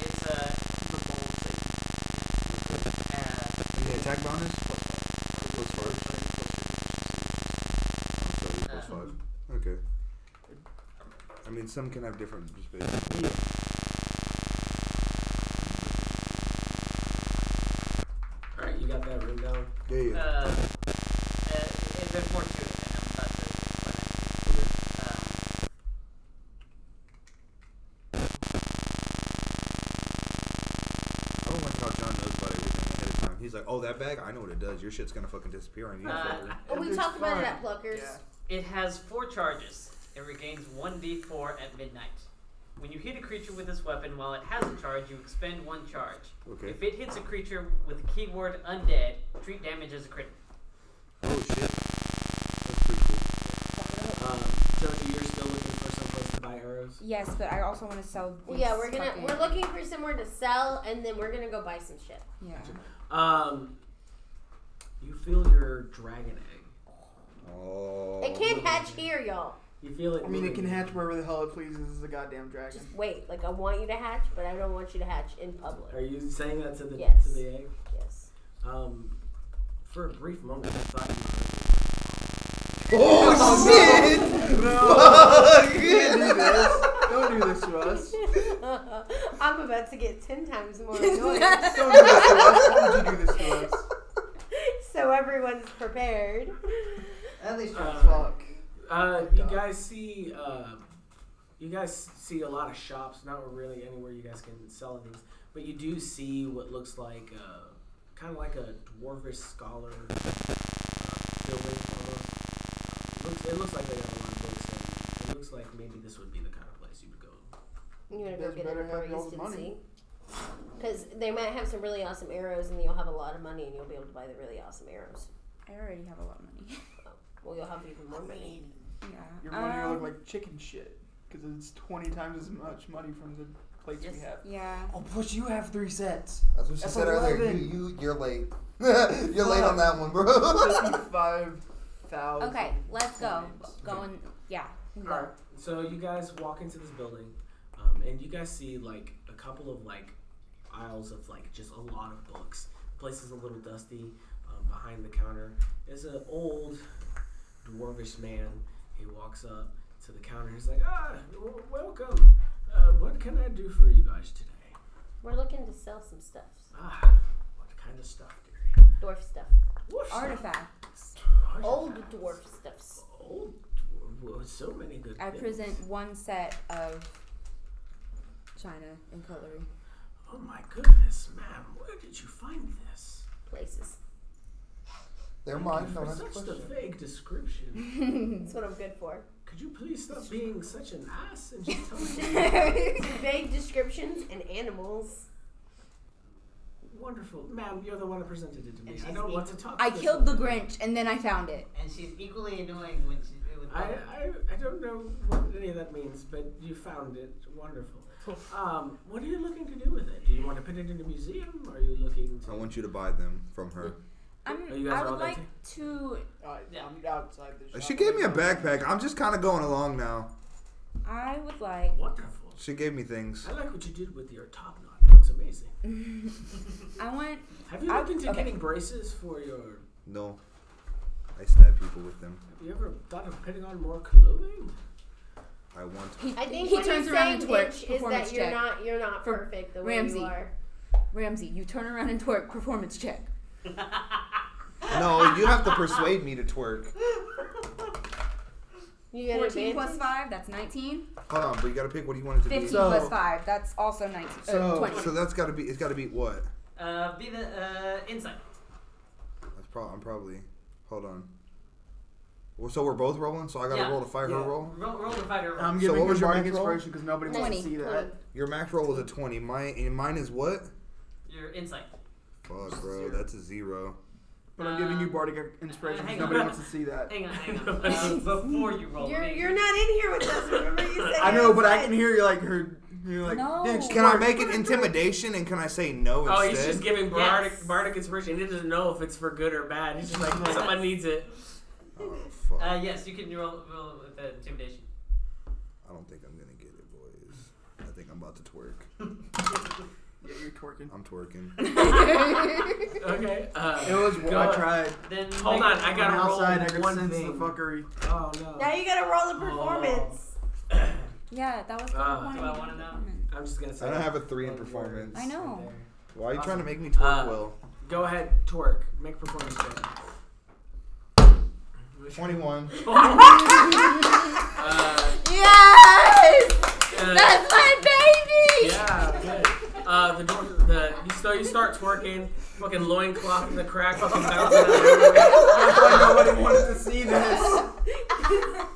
It's a uh, And the attack bonus? Plus five. So plus Uh. five. Okay. I mean, some can have different spaces. there. All right, you got that written down. Yeah, uh, yeah. uh, it- there's more to it than I'm about to explain. Um, I don't like how John knows about everything ahead of time. He's like, oh, that bag? I know what it does. Your shit's gonna fucking disappear on you. Uh, fucker." Oh, we It's talked about it fine. at Pluckers. Yeah. It has four charges. It regains 1d4 at midnight. When you hit a creature with this weapon while it has a charge, you expend one charge. Okay. If it hits a creature with the keyword undead, treat damage as a crit. Oh, shit. That's pretty cool. Um, Jody, you're still looking for someplace to buy arrows. Yes, but I also want to sell. Well, these yeah, we're gonna fucking- we're looking for somewhere to sell, and then we're gonna go buy some shit. Yeah. Um, you feel your dragon egg. Oh. It can't hatch here, y'all. You feel it. I mean, it moving. can hatch wherever the hell it pleases. It's a goddamn dragon. Just wait. Like I want you to hatch, but I don't want you to hatch in Are public. you saying that to the Yes. to the egg? Yes. Um, for a brief moment, I thought you Oh, shit! Oh, Don't do this. Don't do this to us. I'm about to get ten times more annoyed. Don't do this to us. Why would you do this to us? so everyone's prepared. At least you're Uh, fuck. Uh, Like you that. guys see, uh, you guys see a lot of shops. Not really anywhere you guys can sell things, but you do see what looks like, uh, kind of like a dwarvish scholar uh, building. Almost. Looks, it looks like they got a lot of books. And it looks like maybe this would be the kind of place you would go. You gonna go Guys get better it for have y'all's instance? money. Because they might have some really awesome arrows, and you'll have a lot of money, and you'll be able to buy the really awesome arrows. I already have a lot of money. Well, you'll have even more money. Yeah. Your money will um, look like chicken shit because it's twenty times as much money from the plates Yes. we have. Yeah. Oh, plus you have three sets. That's what she That's said earlier. 11. You, you, you're late. you're late on that one, bro. Fifty-five thousand. Okay, let's go. Go and yeah. we All go. right. So you guys walk into this building, um, and you guys see like a couple of like aisles of like just a lot of books. Place is a little dusty. Um, behind the counter is an old dwarvish man. He walks up to the counter. He's like, "Ah, w- welcome. Uh, what can I do for you guys today? We're looking to sell some stuff, Ah, what kind of stuff, dearie? dwarf stuff, Dwarf stuff. Artifacts. Artifacts. old dwarf stuffs. Old. dwarf- well, So many good. I things. present one set of china and cutlery. Oh my goodness, ma'am, where did you find this? places. They're Thank mine. you No, for that's a such a question. vague description. That's what I'm good for. Could you please stop being such an ass and just tell me? Vague descriptions and animals. Wonderful, ma'am. You're the one that presented it to me. And I she's don't me. want to talk. I this killed the over. Grinch and then I found it. And she's equally annoying when she. With I, I, I don't know what any of that means, but you found it. Wonderful. Um, what are you looking to do with it? Do you want to put it in a museum? Are you looking to? I want you to buy them from her. I'm, Are you guys I all would there like to. I'm outside the shop. She gave me a backpack. I'm just kind of going along now. I would like Wonderful. She gave me things. I like what you did with your top knot. That looks amazing. I want. Have you I- looked into okay. getting braces for your? No. I stab people with them. Have you ever thought of putting on more clothing? I want He, I think he what turns he's around saying, and twerks. Ditch, is Performance that you're check. not you're not For perfect the Ramsey. way you are. Ramsey, you turn around and twerk. Performance check. No, you have to persuade me to twerk. You get 14 advantage? plus 5, that's 19. Hold on, but you gotta pick what do you want it to 15 be. So- plus 5, that's also 19. uh, So- 20. So that's gotta be it's gotta be what? Uh, be the uh, insight. That's pro- I'm probably hold on. Well, so we're both rolling, so I gotta Yeah. roll to fire Yeah. her roll? Roll, roll the fighter roll. I'm So giving what you was your Mark's rank roll? inspiration because nobody wants to Twenty. see that. Your max roll was a twenty. My and mine is what? Your insight. Fuck bro, that's a zero. But I'm giving you Um, bardic inspiration hang because on. nobody wants to see that. Hang on, hang on. Uh, before you Oh, roll, You're make- you're not in here with us. Remember you said. I know, but I can inside. hear you like her. You're like, No. "Ditch, Can I twerk." make it intimidation and can I say no Oh, instead? he's just giving bardic, Yes. bardic inspiration. He doesn't know if it's for good or bad. He's just like, someone needs it. oh fuck. Uh, yes, you can roll, roll with the intimidation. I don't think I'm gonna get it, boys. I think I'm about to twerk. Yeah, you're twerking. I'm twerking. Okay. Uh, It was what go- I tried. Then Hold make- on, I Got gotta roll outside. I could one sense thing. the fuckery. Oh no. Now you gotta roll a performance. Yeah, that was Ah. one. Do I wanna know? I'm just gonna say. I don't that. have a three in One word. performance. I know. Why are you trying to Awesome. make me twerk Uh, well? Go ahead, twerk. Make performance check. Which- 21. Uh, Yes! uh, That's my baby! Yeah, good. Uh, the door, the you start you start twerking, fucking loincloth in the crack, fucking bouncing out everywhere. nobody wanted to see this.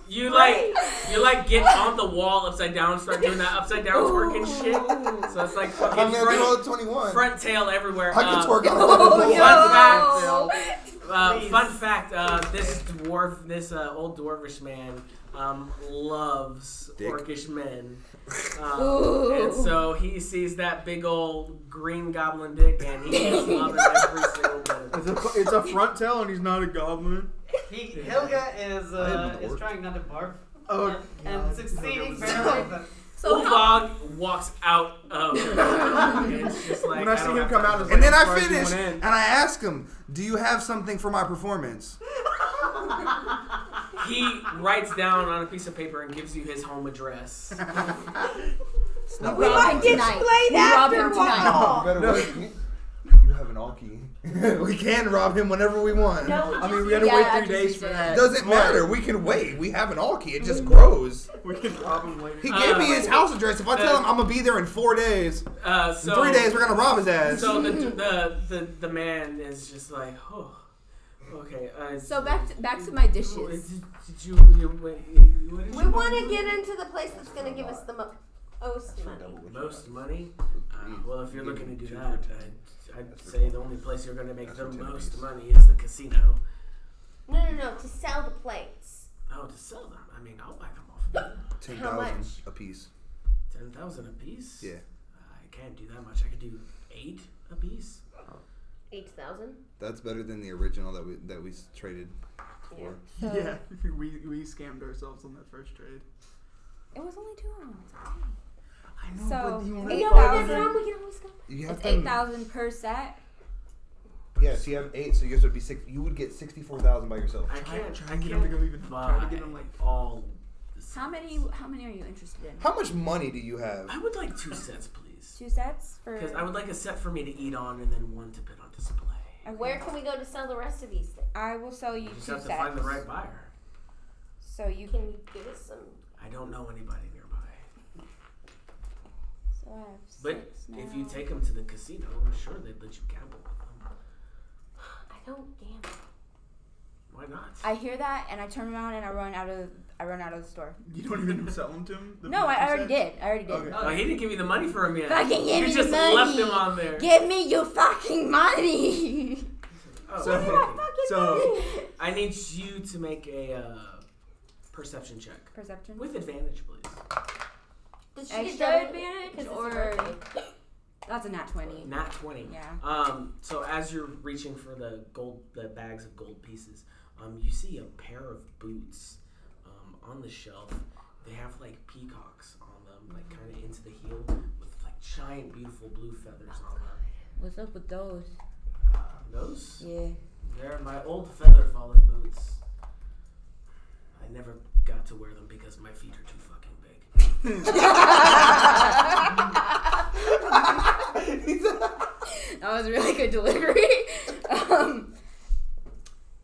You like you like get on the wall upside down, and start doing that upside down twerking shit. So it's like I'm fucking gonna roll front, a 21. front tail everywhere. I can Uh, twerk on Oh, a Fun yeah. fact. yo. Uh, Please. fun fact: uh, This dwarf, this uh, old dwarvish man, um, loves Dick. orcish men, um, Ooh. and so he sees that big old green goblin dick, and he is loving every single one. It's a, it's a front tail, and he's not a goblin. He, Helga is I uh, am is dwarf. trying not to barf Oh, and, and God. succeeding Helga was- barely. but- So how, Wolfog walks out of. it's just like When I see don't him have come time out, for it's this. And then As I far as you finish, went in. and I ask him, "Do you have something for my performance?" he writes down on a piece of paper and gives you his home address. It's not We Rob like him to tonight. explain We rob after him tonight. No, all. better No. wait. You- You have an Alki. we can rob him whenever we want. I mean, we gotta Yeah, I wait just three days see for that. that. Doesn't matter. We can wait. We have an Alki. It just grows. We can rob him later. He Uh, gave me his house address. If I tell him I'm gonna be there in four days, Uh, in so three days we're gonna rob his ass. So the, the the the man is just like, oh, okay. Uh, so back to, back to my dishes. Did, did you, you, what, what did We you want to get into the place that's gonna give us the mo- most money. most money. Uh, Mm. well, if you're looking to do that, I'd, I'd say the only place you're going to make the most money is the casino. No, no, no. To sell the plates. Oh, to sell them. I mean, I'll buy them off. Ten How much? thousand a piece. Ten thousand a piece. Yeah, I can't do that much. I could do eight a piece. Eight thousand. that's better than the original that we that we s- traded for. Yeah, we, we scammed ourselves on that first trade. It was only two of them. It's okay. I know, So, but you wanna You Eight know what? Next thousand. time we can always go. back. You It's to- 8,000 per set. Yeah, so you have eight, so yours would be six. You would get sixty-four thousand by yourself. I Try, can't. try I and get him to can't go even. Try to buy get him like. all. the How many sets. how many are you interested in? How much money do you have? I would like two sets, please. Two sets for Because I would like a set for me to eat on, and then one to put on display. Okay. Where can we go to sell the rest of these things? I will sell you You just two have to sets. find the right buyer. So you Can you give us some? I don't know anybody nearby. so I have But six if you now. take them to the casino, I'm sure they'd let you gamble with them. I don't gamble. Why not? I hear that and I turn around and I run out of I run out of the store. You don't even sell him to him. The No, I two already sets? did. I already did. Okay. oh, he didn't give you the money for him yet. Fucking give you me just the left money. him on there. Give me your fucking money. Oh, So- okay. So I need you to make a uh, perception check Perception. with advantage, please. Does she Extra get double- advantage 'cause it's or- her birthday. That's a nat twenty. Not twenty. Yeah. Um, so as you're reaching for the gold, the bags of gold pieces, um, you see a pair of boots um, on the shelf they have like peacocks on them, like kind of into the heel with like giant, beautiful blue feathers on them. What's up with those? Uh, those, Yeah. they're my old feather falling boots. I never got to wear them because my feet are too fucking big. That was really good delivery. um,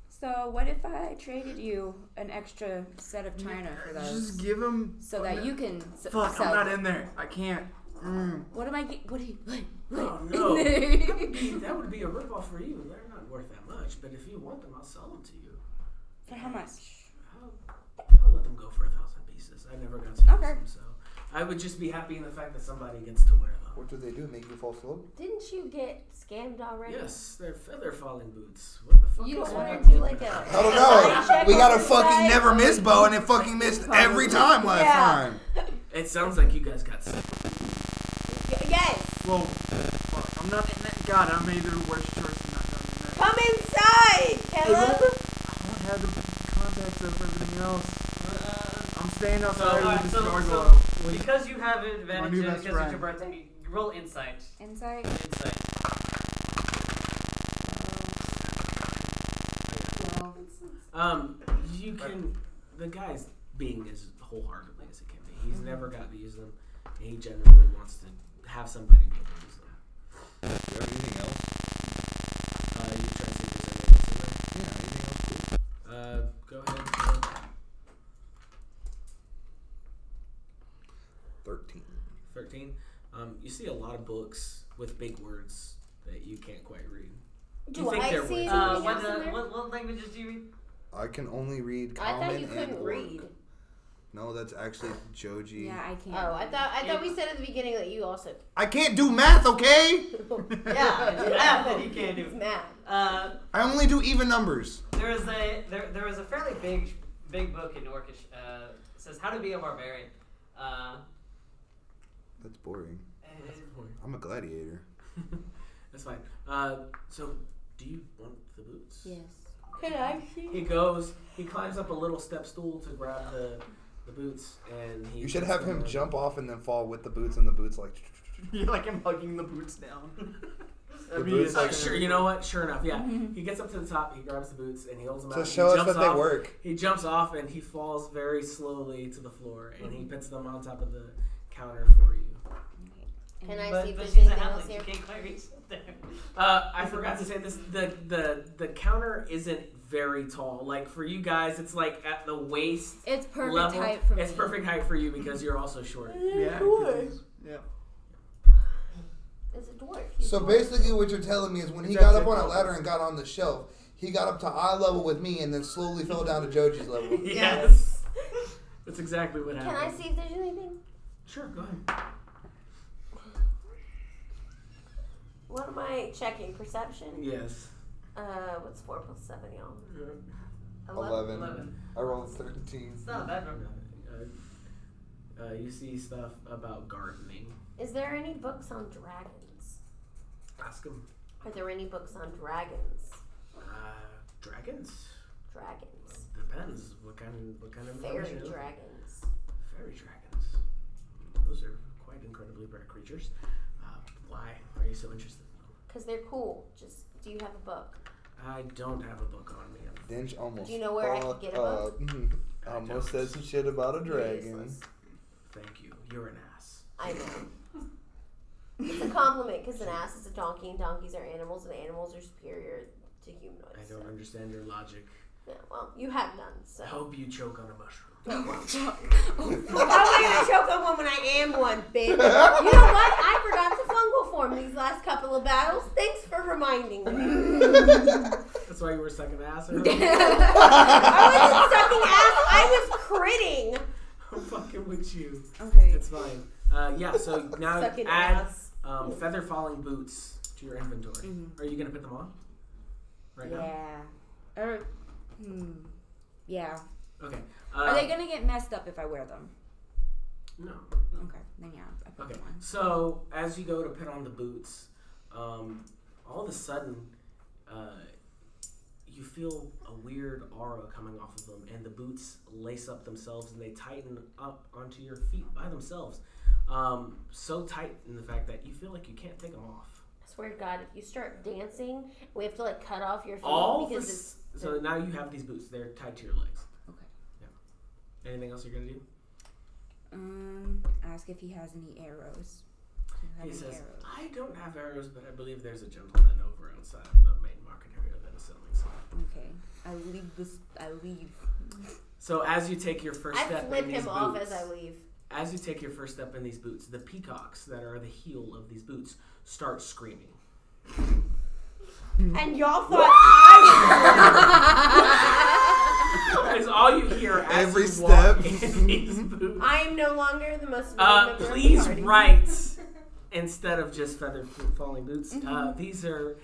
so what if I traded you an extra set of china for those, Just give him. so that you can s- Fuck, sell? I'm not in there. I can't. Mm. What am I? Get- what? Are you, what? what- Oh no, that would be that would be a ripoff for you. They're not worth that much, but if you want them, I'll sell them to you. for how much? I'll, I'll let them go for a thousand pieces. I never got to use Okay. them, so I would just be happy in the fact that somebody gets to wear them. What do they do? Make you fall slow? Didn't you get scammed already? Yes, they're feather falling boots. What the fuck? You is don't wrong want with to do you? like a. I Body don't know. check We got on a the fucking side? never miss bow, and it fucking missed every time last Yeah. time. It sounds like you guys got sick. Y- yes. Whoa. Fuck, I'm not in that. God, I made the worst choice of not going in there. Come inside, Hey, Caleb. I don't have the contacts of everything else. I'm staying So, outside alright, with this so, gargoyle. so because you have an advantage new and best because it's your friend. birthday, roll insight. Insight. Insight. Well, Um, you can. The guy's being as wholeheartedly as it can be. Mm-hmm. He's never got to use them, and he genuinely wants to have somebody be able to use them. Do you have anything else? Uh, you try to see if there's anything else in them. Yeah, anything else? Cool. Uh, go ahead. Thirteen. 13. Um, you see a lot of books with big words that you can't quite read. Do You think I they're see anything weird. Uh, else what, in uh, there? what, what languages do you read? I can only read. I Common thought you and couldn't orc. read. No, that's actually Joji. yeah, I can't. Oh, I thought I thought we said at the beginning that you also. I can't do math, okay? yeah, Math that you can't do. It's math. Uh, I only do even numbers. there is a there, there is a fairly big big book in Orcish. Uh, it says How to Be a Barbarian. Uh, That's boring. and- I'm a gladiator. That's fine. Uh, so, do you want the boots? Yes. Could I see? He goes. He climbs up a little step stool to grab the, the boots, and he. You should puts have them him on. jump off and then fall with the boots, and the boots like. You're like I'm hugging the boots down. The boots, Uh, sure, you know what? Sure enough, yeah. He gets up to the top. He grabs the boots and he holds them To out. show he us jumps that they off- work. He jumps off and he falls very slowly to the floor, and he puts them on top of the counter for you. Can I but see if but there's she's a anything else halfling. here? You can't quite reach it there. Uh, I forgot to say this. The, the the counter isn't very tall. Like for you guys, it's like at the waist It's perfect level. height for me. it's perfect height for you because you're also short. Yeah. 'cause he's- Yeah. It's a dwarf. He's So dwarf. basically, what you're telling me is when he That's got up it. on a ladder and got on the shelf, he got up to eye level with me and then slowly fell down to Joji's level. yes, that's exactly what Can happened. I see if there's anything? Sure, go ahead. What am I checking? Perception. Yes. Uh, Uh, what's four plus seven, y'all? Eleven. Eleven. I rolled thirteen. It's not a bad number. Uh, uh, you see stuff about gardening. Is there any books on dragons? Ask him. Are there any books on dragons? Uh, dragons. Dragons. Depends. What kind of what kind of Fairy information you're looking dragons. Fairy dragons. Those are quite incredibly rare creatures. Uh, why are you so interested? Because they're cool. Just, do you have a book? I don't have a book on me. Dench almost. Do you know where I fucked could get a up. I almost don't. said some shit about a You're dragon. useless. Thank you. You're an ass. I know. It's a compliment because an ass is a donkey and donkeys are animals and animals are superior to humanoids. I so- don't Oh. understand your logic. Yeah, well, you have none, so. I hope you choke on a mushroom. How am I gonna choke on one when I am one, bitch? You know what? I forgot the fungal form these last couple of battles. Thanks for reminding me. That's why you were sucking ass. earlier? I wasn't sucking ass. I was critting. I'm fucking with you. Okay. It's fine. Uh, yeah. So now Sucking add ass. um, feather falling boots to your inventory. Are you gonna put them on? Right now. Mm-hmm. yeah. Or, hmm. Yeah. Okay. Uh, Are they gonna get messed up if I wear them? no. Okay. Then yeah, I put Okay. them on. So as you go to put on the boots, um, all of a sudden, uh, you you feel a weird aura coming off of them, and the boots lace up themselves and they tighten up onto your feet by themselves. Um, so tight in the fact that you feel like you can't take them off. I swear to God, if you start dancing, we have to like cut off your feet All because this, so now you have these boots. They're tied to your legs. Okay. Yeah. Anything else you're gonna do? Um, ask if he has any arrows. Do you have He any says, arrows? "I don't have arrows, but I believe there's a gentleman over outside of the main market area that is selling some." Okay. I leave this. I leave. So as you take your first I step flip in these him off boots, as I leave. as you take your first step in these boots, the peacocks that are the heel of these boots start screaming. And y'all thought I That's all you hear as Every you step. walk in these boots. I am no longer the most. Uh, valuable member of the please party. write instead of just feather f- falling boots. Mm-hmm. Uh, these are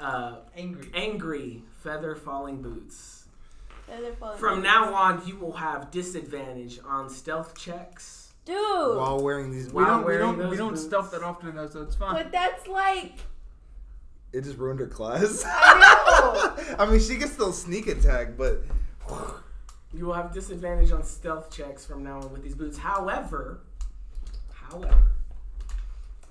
uh, Angry. angry feather falling boots. Feather falling From boots. now on, you will have disadvantage on stealth checks. dude. While wearing these, We Wow, don't, we wearing don't, we those don't boots. stuff that often, though, so it's fine. But that's like it just ruined her class. I I mean, she can still sneak attack, but You will have disadvantage on stealth checks from now on with these boots. However, however,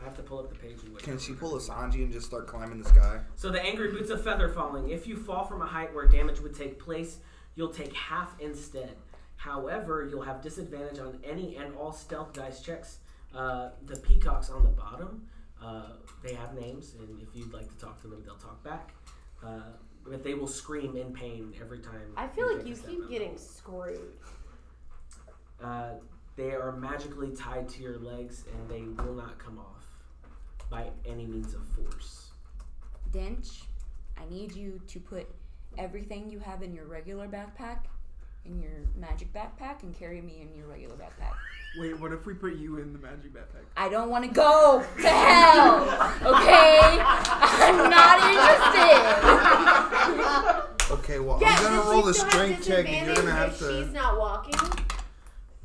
I have to pull up the page. and wait. can she pull a Sanji and just start climbing the sky? So the angry boots of feather falling. If you fall from a height where damage would take place, you'll take half instead. However, you'll have disadvantage on any and all stealth dice checks. Uh, the peacocks on the bottom, uh, they have names, and if you'd like to talk to them, they'll talk back. Uh, but they will scream in pain every time. I feel like take a you step keep out. getting screwed. Uh, they are magically tied to your legs, and they will not come off by any means of force. Dench, I need you to put everything you have in your regular backpack in your magic backpack and carry me in your regular backpack. Wait, what if we put you in the magic backpack? I don't want to go to hell. Okay? I'm not Okay, well, Yeah, I'm does gonna she roll a still have strength check, and you're disadvantage gonna have if to. She's not walking.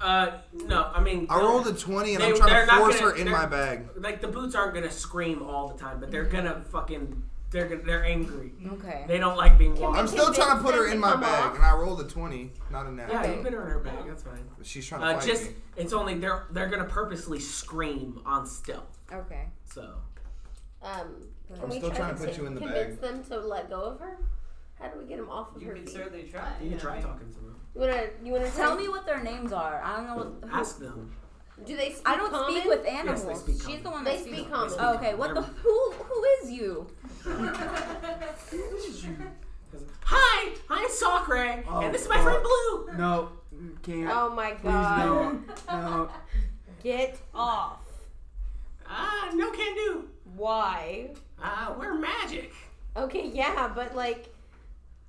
Uh, no, I mean, I rolled a 20 and They- I'm they're trying to not force gonna- her in they're- my bag. like the boots aren't gonna scream all the time, but they're gonna fucking they're gonna, they're angry. interested. Okay. They don't like being Can walked. I'm still trying to put her Convince them in to my come bag off? and I rolled a 20, not a nat. Yeah, Okay. you've been in her bag. That's fine. She's trying to Uh, fight just me. it's only they're they're gonna purposely scream on stealth. Okay. So Um, can I'm we still try trying to put t- you in the convince them to let go of her. How do we get them off of You her can feet? certainly try. you yeah. can try talking to them. you wanna you wanna Tell try- me what their names are. I don't know what. who- Ask them. Do they speak I don't common? speak with Yes, animals. they speak She's the common. one They that speaks. speak common. Oh, okay, what the Never- who? Who is you? Hi, I'm Soccer, Oh, and this is my friend Blue. No, mm, can't. Oh my Please, god. no. No. Get off. Ah, no can do. Why? Ah, we're magic. Okay, yeah, but like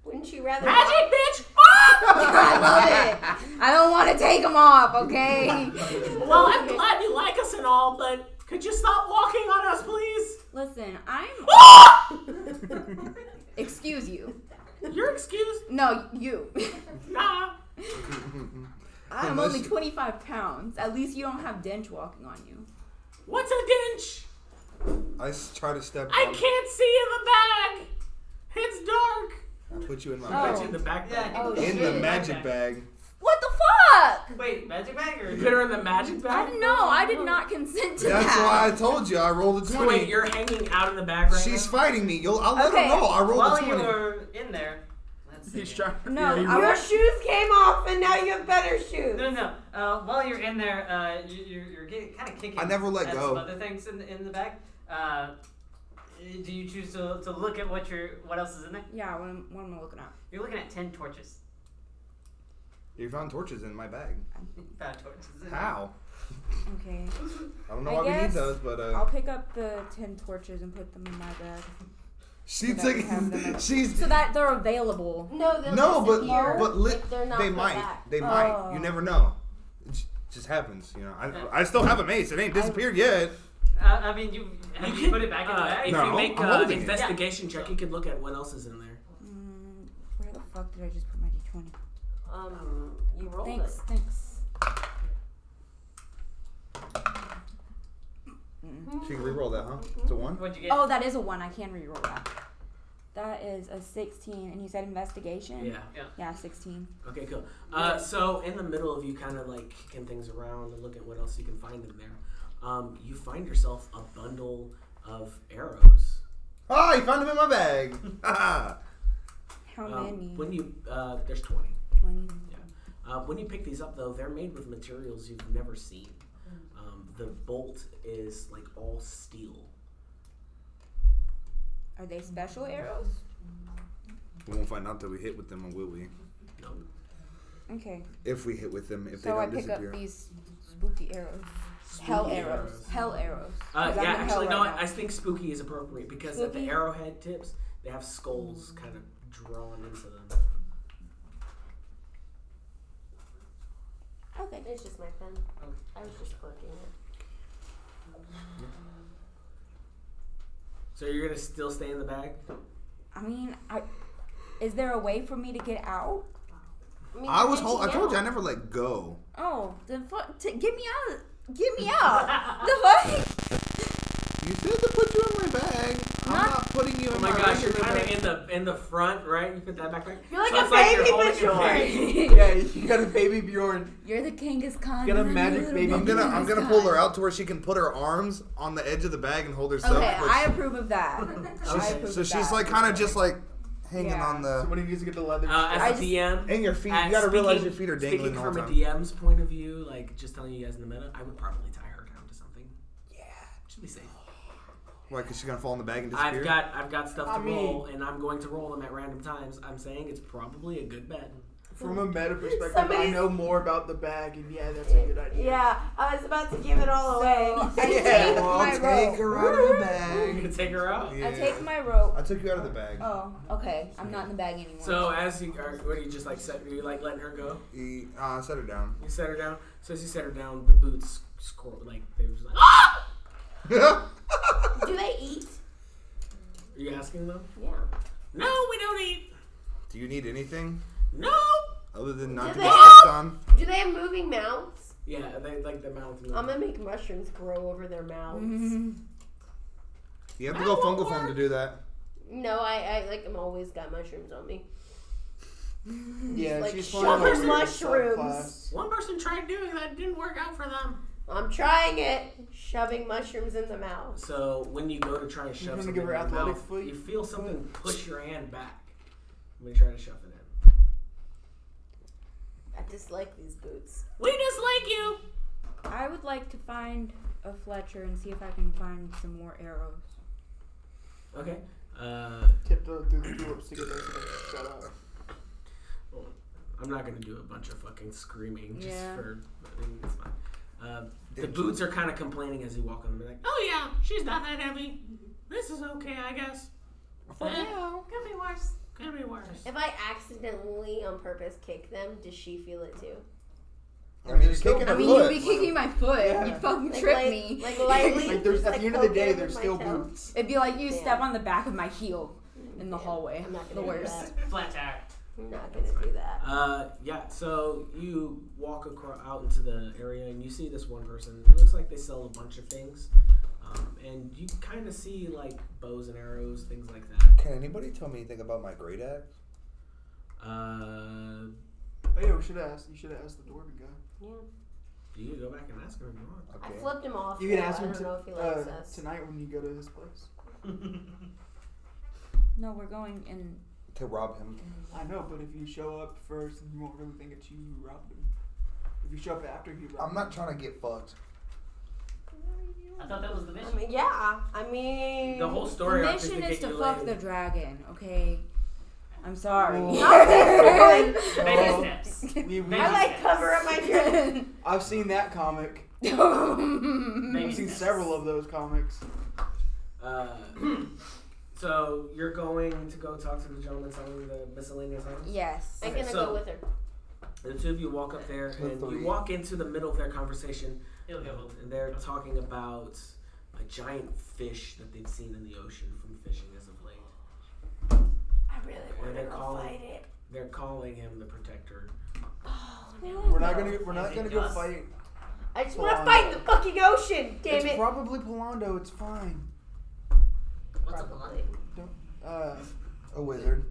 wouldn't you rather Magic, bitch! Ah! I love it. I don't want to take them off. Okay. Well, I'm glad you like us and all, but could you stop walking on us, please? Listen, I'm. Ah! Excuse you. You're excused. No, you. Nah. I'm Unless only you- 25 pounds. At least you don't have Dench walking on you. What's a dinch? I s- try to step I on can't see in the bag. It's dark. I put you in my Oh. Put you in the back bag. Yeah. Oh, In the shit. magic bag. What the fuck? Wait, magic bag or? You put her in the magic I bag? didn't know. I did not consent to That's why that. I told you I rolled a 20. So wait, you're hanging out in the bag right She's now? fighting me. You'll, I'll let Okay, her roll. I rolled While a you 20. were in there, let's see. He's trying. No, yeah, he I rolled- Your shoes came off and now you have better shoes. No, no. no. Uh, while you're in there, uh, you, you're, you're getting, kind of kicking. I never let at go. Some other things in the, in the back. Uh, do you choose to, to look at what you're what else is in there? Yeah, what am, what am I looking at? You're looking at ten torches. You found torches in my bag. Five torches. in there. How? Okay. I don't know I why we need guess those, but I'll uh, pick up the 10 torches and put them in my bag. she that we took. have them. She's So that they're available. No, they'll no, but disappear but li- if they're not they put might. back. They might. Oh. You never know. It j- just happens, you know. I, I still have a mace. It ain't disappeared yet. Uh, I mean, you have you, could, put it back in the uh, bag. If No, you make I'm uh, holding it. investigation check, you could look at what else is in there. Mm, where the fuck did I just put my d20? Um, you rolled Thanks, it. thanks. She can re-roll that, huh? It's a one. What'd you get? Mm-hmm. Oh, that is a one. I can reroll that. That is a 16. And you said investigation? Yeah. Yeah, 16. Okay, cool. Uh, so in the middle of you kind of like kicking things around and looking at what else you can find in there, um, you find yourself a bundle of arrows. Ah, you found him in my bag. Ah. How Um, many? When you uh, there's twenty. 20. Uh, when you pick these up, though, they're made with materials you've never seen. Hmm. Um, the bolt is like all steel. Are they special arrows? we won't find out till we hit with them, or will we? No, Okay. If we hit with them, if they so don't I pick disappear. up these spooky arrows. hell Spooky arrows. Hell arrows. Uh, 'Cause I'm yeah, in actually, no. hell right I think spooky is appropriate because at Spooky? Hmm. the arrowhead tips, they have skulls kind of drawn into them. now. Okay. It's just my pen. I was just clicking it. So you're gonna still stay in the bag? I mean, I, is there a way for me to get out? I, mean, I was. you're Whole, I reaching told you I out. never let go. Oh, then fuck. T- get me out. Get me out. the fuck? You said to put you in my bag. I'm Not- not putting you in Oh my my gosh, you're regular kind of bag. in the in the front, right? You put that back. Right? You're like So a it's like baby, you're but holding your you're- yeah, you got a baby Bjorn. You're the Kangas Khan. Get a magic baby. I'm gonna I'm gonna pull her out to where she can put her arms on the edge of the bag and hold herself. Okay, but I approve of that. I approve so of she's that. like kind of just like hanging Yeah. on the Somebody needs to get the leather. Uh, as I a just- DM, and your feet. uh, you gotta realize your speaking- feet are Speaking dangling all from the a time. DM's point of view, like just telling you guys in the meta, I would probably tie her down to something. Yeah, should be safe. Why? Cause she's gonna fall in the bag and disappear. I've got I've got stuff to I mean- roll, and I'm going to roll them at random times. I'm saying it's probably a good bet. From a meta perspective, I Somebody's- know more about the bag, and yeah, that's a good idea. Yeah, I was about to give it all away. So, I Yeah, take well, I'll my take rope. her out of the You're bag. gonna take her out. Yeah. I take my rope. I took you out of the bag. Oh, okay. I'm not in the bag anymore. So as you are, what are you just like set? Are you like letting her go? He, uh, set her down. You set her down. So as you set her down, the boots score like they were just like. Do they eat? Are you asking them? Yeah. No, we don't eat. Do you need anything No. other than not Do to they get stepped on? Do they have moving mouths? Yeah, they like the mouth. I'm gonna make mushrooms grow over their mouths. Mm-hmm. You have to That go won't fungal form to work. do that. No, I, I like I'm always got mushrooms on me. yeah, like she's shovel flying over the mushrooms. subclass. One person tried doing that, it didn't work out for them. I'm trying it. Shoving mushrooms in the mouth. So when you go to try to shove gonna something give in her your athletic mouth, foot? Mm. you feel something push your hand back when you try to shove it in. I dislike these boots. We dislike you. I would like to find a Fletcher and see if I can find some more arrows. Okay. Uh, Tiptoe through the tulips to get those things shut up. I'm not gonna do a bunch of fucking screaming just Yeah. for. I mean, it's fine. Uh, the boots are kind of complaining as you walk in. They're like, "Oh yeah, she's not that heavy. This is okay, I guess. Could be worse. Could be worse." If I accidentally on purpose kick them, does she feel it too? I mean, you're kicking I a mean, foot. you'd be kicking my foot. Yeah. You'd fucking Like, trip like- me. like lightly. Like there's Just, at like, the end of the poke day, it with there's my still toe. boots. It'd be like you Yeah. step on the back of my heel in the hallway. I'm not gonna The do worst. that. Flat tire. I'm not gonna do that. Uh, yeah. So you walk across out into the area and you see this one person. It looks like they sell a bunch of things, um, and you kind of see like bows and arrows, things like that. Can anybody tell me anything about my great axe? Uh, Oh yeah, we should ask. You should have asked the dwarven guy. Yeah. you can go back and ask her if you want. I Okay. flipped him off. You can though. ask Oh, I him don't know if he to, likes uh, us. tonight when you go to his place. No, we're going in. To rob him. I know, but if you show up first, you won't really think it's you who robbed him. If you show up after he robbed I'm not him. trying to get fucked. I thought that was the I mission. mean, yeah. I mean, The whole The story. arc mission is to fuck get the you laid. dragon, okay? I'm sorry. Whoa. Not this one. Baby Oh. steps. We- we- I like cover up my dress. I've seen that comic. Baby I've seen steps. several of those comics. Uh, so you're going to go talk to the gentleman selling the miscellaneous items. yes. I'm gonna so- go with her. The two of you walk up there, and you walk into the middle of their conversation, He'll go. and they're talking about a giant fish that they've seen in the ocean from fishing as of late. I really want to they're go calling- fight it. They're calling him the protector. We're not gonna. We're not Is it gonna go us? fight. I just want to Blonde. fight the fucking ocean. Damn it's it. probably Polando. It's fine. What's up, Probably. Uh, A wizard.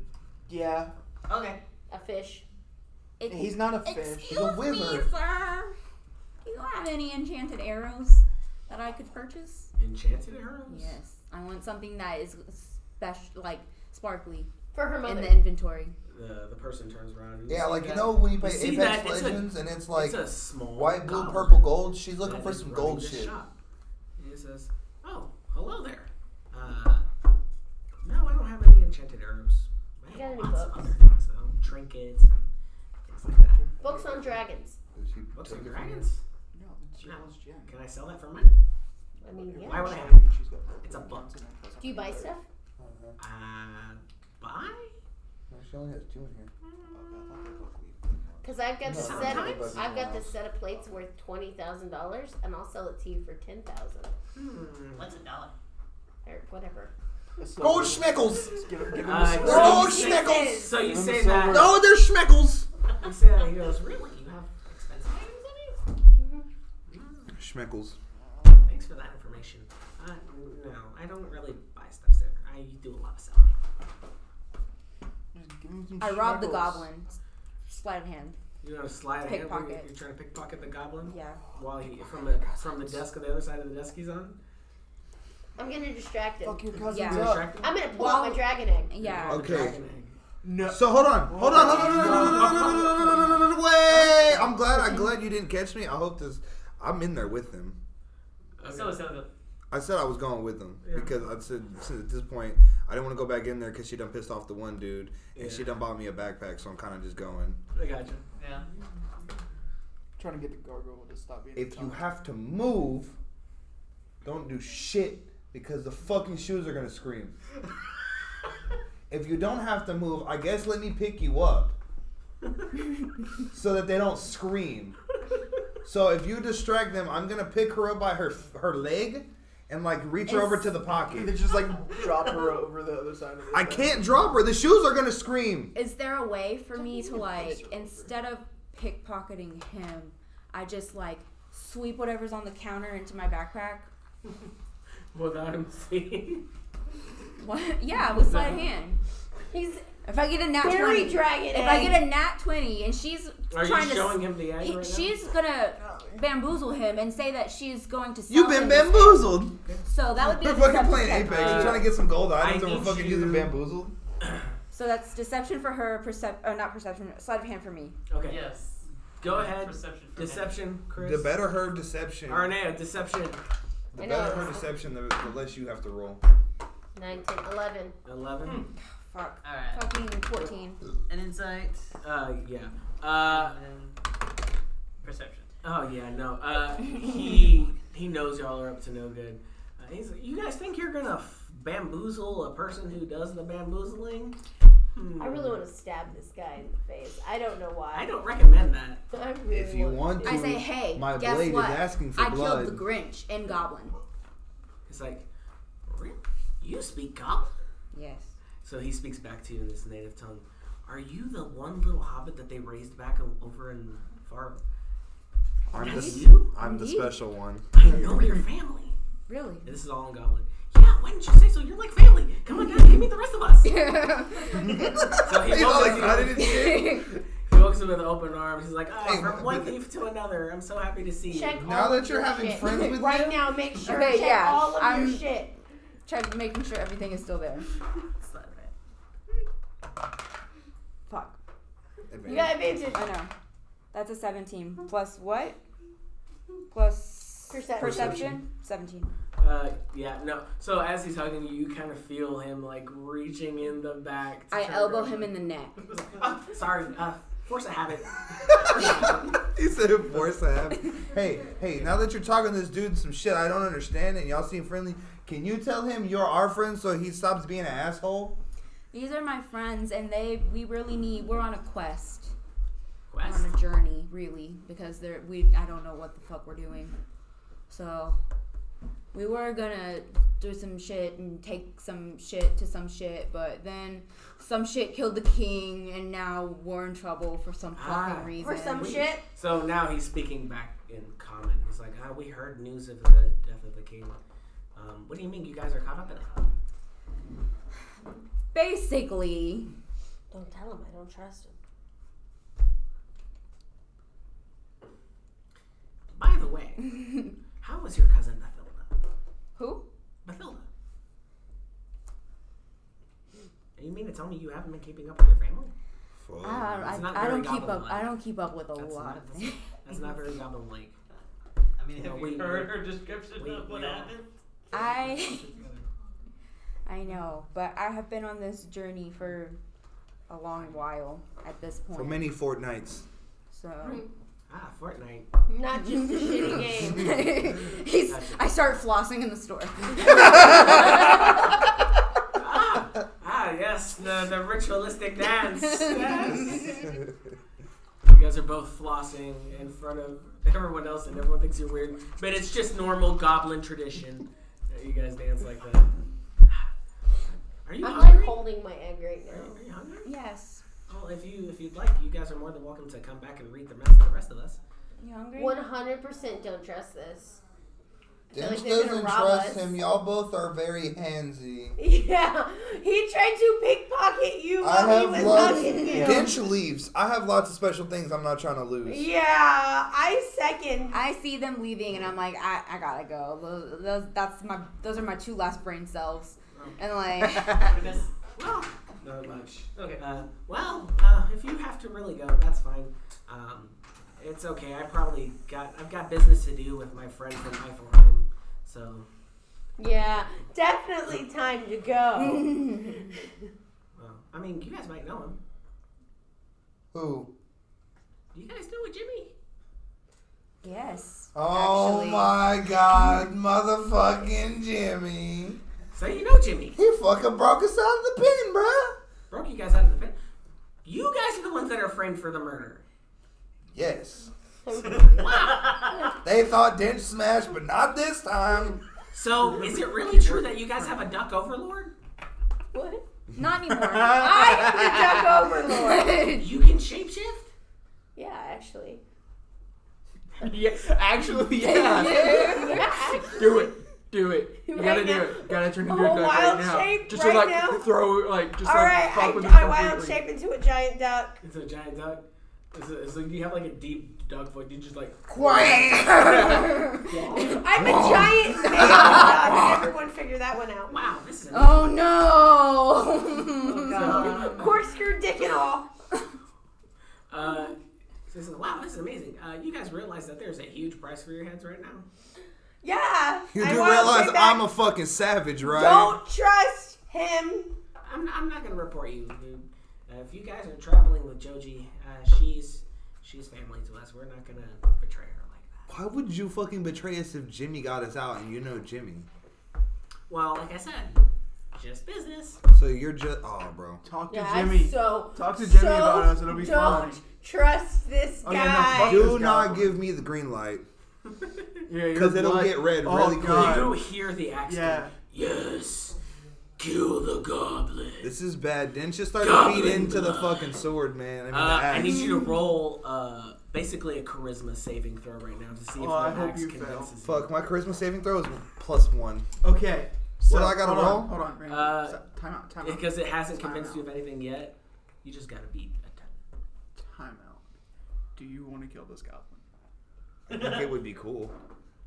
Yeah, Okay. A fish. It, he's not a fish. Excuse me, wizard. sir. Do you have any enchanted arrows that I could purchase? Enchanted arrows? Yes. I want something that is special, like sparkly For her in mother. the inventory. The, the person turns around. And Yeah, says, like you "That- know when you play You see Apex that? It's a- Legends and it's like it's a small white, blue, goblin purple, gold. She's that looking for is some running gold this shit. shop. And he says, "Oh, hello there. Uh, no, I don't have any enchanted arrows. I You have got any lots of books? other things, though. trinkets and things like that. Books on dragons. Did she Books take and it from you? dragons? No, it's Jaws Jen. Can I sell that for money? I mean, yeah. Why would I have? She's got It's a book. Do you buy stuff? Uh-huh. Uh, buy." No, She only has two in here. Because I've No, got the it's not set. really buzzing I've got around. the set of plates worth twenty thousand dollars, and I'll sell it to you for ten thousand Hmm. What's a dollar? or whatever. Gold schmeckles. Give him, give him Uh, a They're So gold you schmeckles. So you Give him say silver. that. No, they're schmeckles. You say that. and He goes, "Really? You have expensive items on Schmeckles. you? Thanks for that information. Uh, no, I don't really buy stuff, sir. I do a lot of selling." Just give him some I robbed the schmeckles. goblin. Sleight of hand. You want to slide a hand when you're, Pickpocket. you're trying to pickpocket the goblin Yeah. while he from the from the desk on the other side of the desk he's on. I'm gonna distract him. Fuck your cousins Yeah. You up. distract him? I'm gonna pull out Well- my dragon egg. Oh, Yeah. The Okay. dragon egg. No. So hold on, hold on, hold on, hold on, hold on, hold on, hold on, hold on, hold on, wait! I'm glad, I'm glad you didn't catch me. I hope this. I'm in there with them. Okay. So is Hilda. I said I was going with them Yeah. because I said since at this point I didn't want to go back in there because she done pissed off the one dude and she Yeah. done bought me a backpack, so I'm kind of just going. I gotcha. Yeah. Trying to get the gargoyle to stop being. a If you tongue. have to move, don't do shit because the fucking shoes are gonna scream. if you don't have to move, I guess let me pick you up so that they don't scream. So if you distract them, I'm gonna pick her up by her her leg and like reach her over It's- to the And then pocket. just like drop her over the other side of the I can't drop her. The shoes are gonna scream. Is there a way for me to like instead of pickpocketing him, I just like sweep whatever's on the counter into my backpack? Without him seeing. What? Yeah, with sleight of hand. He's If I get a nat very twenty, dragon egg. if I get a nat twenty, and she's Are trying you showing to, him the egg he, right she's gonna bamboozle him and say that she's going to. Sell You've been him this- bamboozled. So that would be We're a fucking deception playing check. Apex. You're Uh, trying to get some gold items, and need we're fucking you- using bamboozled. So that's deception for her, percep- uh, not perception, sleight of hand for me. now? Okay. Yes. Go ahead. Perception. for Deception, Chris. The better her deception, Or no, deception. the I know. better her deception, the, the less you have to roll. nine, ten, eleven. Eleven. Fuck. All right. Fucking fourteen. An insight. Hmm. Uh, yeah. Uh, and then perception. Oh yeah, no. Uh, he he knows y'all are up to no good. Uh, he's like, you guys think you're gonna f- bamboozle a person who does the bamboozling? Hmm. I really want to stab this guy in the face. I don't know why. I don't recommend that. I really If you want I to- say, hey, My guess blade is what? asking for I blood. killed the Grinch and Goblin. It's like, "Really? you speak goblin. Yes. So he speaks back to you in this native tongue. Are you the one little hobbit that they raised back o- over in far? I'm the, That's s- you. I'm the Indeed. special one. I know your family. Really? And this is all in goblin. Yeah, why didn't you say so? You're like family. Come on down, give me the rest of us. So he He's all walks- excited and shit. He walks in with open arms. He's like, oh, Hey, from but- one but- thief to another, I'm so happy to see you. check Now all that of you're your having shit. friends with right you- now, make sure Okay, check yeah, all of I'm- your shit. Trying to making sure everything is still there. It's not right. Fuck. You got advantage. I know. That's a 17. Plus what? Plus Perception. perception? 17. Uh, yeah, no. So as he's hugging you, you kind of feel him like reaching in the back. I elbow him in the neck. oh, sorry, uh, force of habit. he said, "Of course I have." Hey, hey! Now that you're talking to this dude some shit I don't understand, and y'all seem friendly, can you tell him you're our friend so he stops being an asshole? These are my friends, and they we really need. We're on a quest. We're Quest. on a journey, really, because they're we. I don't know what the fuck we're doing. So, we were gonna do some shit and take some shit to some shit, but then some shit killed the king, and now we're in trouble for some fucking Ah. reason. For some shit. So now he's speaking back in common. He's like, ah, we heard news of the death of the king. Um, what do you mean you guys are caught up in it? basically, Don't tell him. I don't trust him. By the way, how was your cousin Mathilda? who? Mathilda. You mean to tell me you haven't been keeping up with your family? I, It's don't- Oh, not I, I very don't keep up. goblin-like. I don't keep up with a That's lot not- of things. That's not very goblin like. I mean, No, have we- you heard her description we- of what we all- happened? I I know, but I have been on this journey for a long while at this point. For many fortnights. So Ah, Fortnite. Not just a shitty game. He's, I start flossing in the store. Ah, ah yes, the, the ritualistic dance. Yes. you guys are both flossing in front of everyone else, and everyone thinks you're weird. But it's just normal goblin tradition that you guys dance like that. Are you I'm like hungry? holding my egg right Are you, now. are you hungry? yes. Well, if you if you'd like, you guys are more than welcome to come back and read the rest the rest of us. You hungry? One hundred percent don't trust this. feel Dench like they're doesn't gonna rob trust us. him. Y'all both are very handsy. Yeah, he tried to pickpocket you I while he have was lots. hugging you. Dench leaves. I have lots of special things I'm not trying to lose. Yeah, I second. I see them leaving, and I'm like, I, I gotta go. Those, those, that's my, those are my two last brain cells. Oh. And like, Would've been- Well, not much. Okay. Uh, well, uh, if you have to really go, that's fine. Um, it's okay. I probably got I've got business to do with my friend from Eiffelheim, so Yeah, definitely time to go. well, I mean, you guys might know him. Who? Do you guys know a Jimmy? yes. Oh actually. my God, motherfucking Jimmy! So you know Jimmy. He fucking broke us out of the pen, bruh. Broke you guys out of the pit. You guys are the ones that are framed for the murder. Yes. Wow. They thought Dench smashed, but not this time. So is it really true that you guys have a duck overlord? What? Not anymore. I am the duck overlord. You can shapeshift? Yeah, actually. Yeah, actually, yeah. Yeah, actually. do it. Do it. You Right gotta now. do it. Gotta turn A into a whole duck wild right now. shape just right to like now. throw, like just All like right, fuck I, with them I wild completely. shape into a giant duck. It's a giant duck. It's, a, it's like you have like a deep duck voice. You just like I'm a giant man duck. Everyone figure that one out. wow, this is a oh no. Uh, Corkscrew dick and all. Uh, so this is, wow, this is amazing. Uh, you guys realize that there's a huge price for your heads right now? Yeah. You I do wanna realize say that. I'm a fucking savage, right? Don't trust him. I'm, I'm not gonna report you, dude. Uh, if you guys are traveling with Joji, uh, she's she's family to us. We're not gonna betray her like that. Why would you fucking betray us if Jimmy got us out and you know Jimmy? Well, like I said, just business. So you're just oh, bro. Talk to Yeah, Jimmy. so Talk to Jimmy so about us. It'll be don't fine. Trust this Oh, guy. yeah, no, fuck Do This guy. not give me the green light. Yeah, your 'Cause it'll blood- get red oh, really quick. God. You hear the accent? Yes, kill the goblin. This is bad. Didn't just start to Goblin feed into the blood. fucking sword, man. I mean, Uh, the I axe. need you to roll uh, basically a charisma saving throw right now to see if Oh, I the hope axe you fail. convinces you. Fuck, my charisma saving throw is plus one. Okay. So do I gotta hold roll? On, hold on. Randy. Uh, So- time out. Time out. Because it hasn't Time convinced out. you of anything yet. You just gotta beat a ton. Time out. Do you want to kill this goblin? I think it would be cool.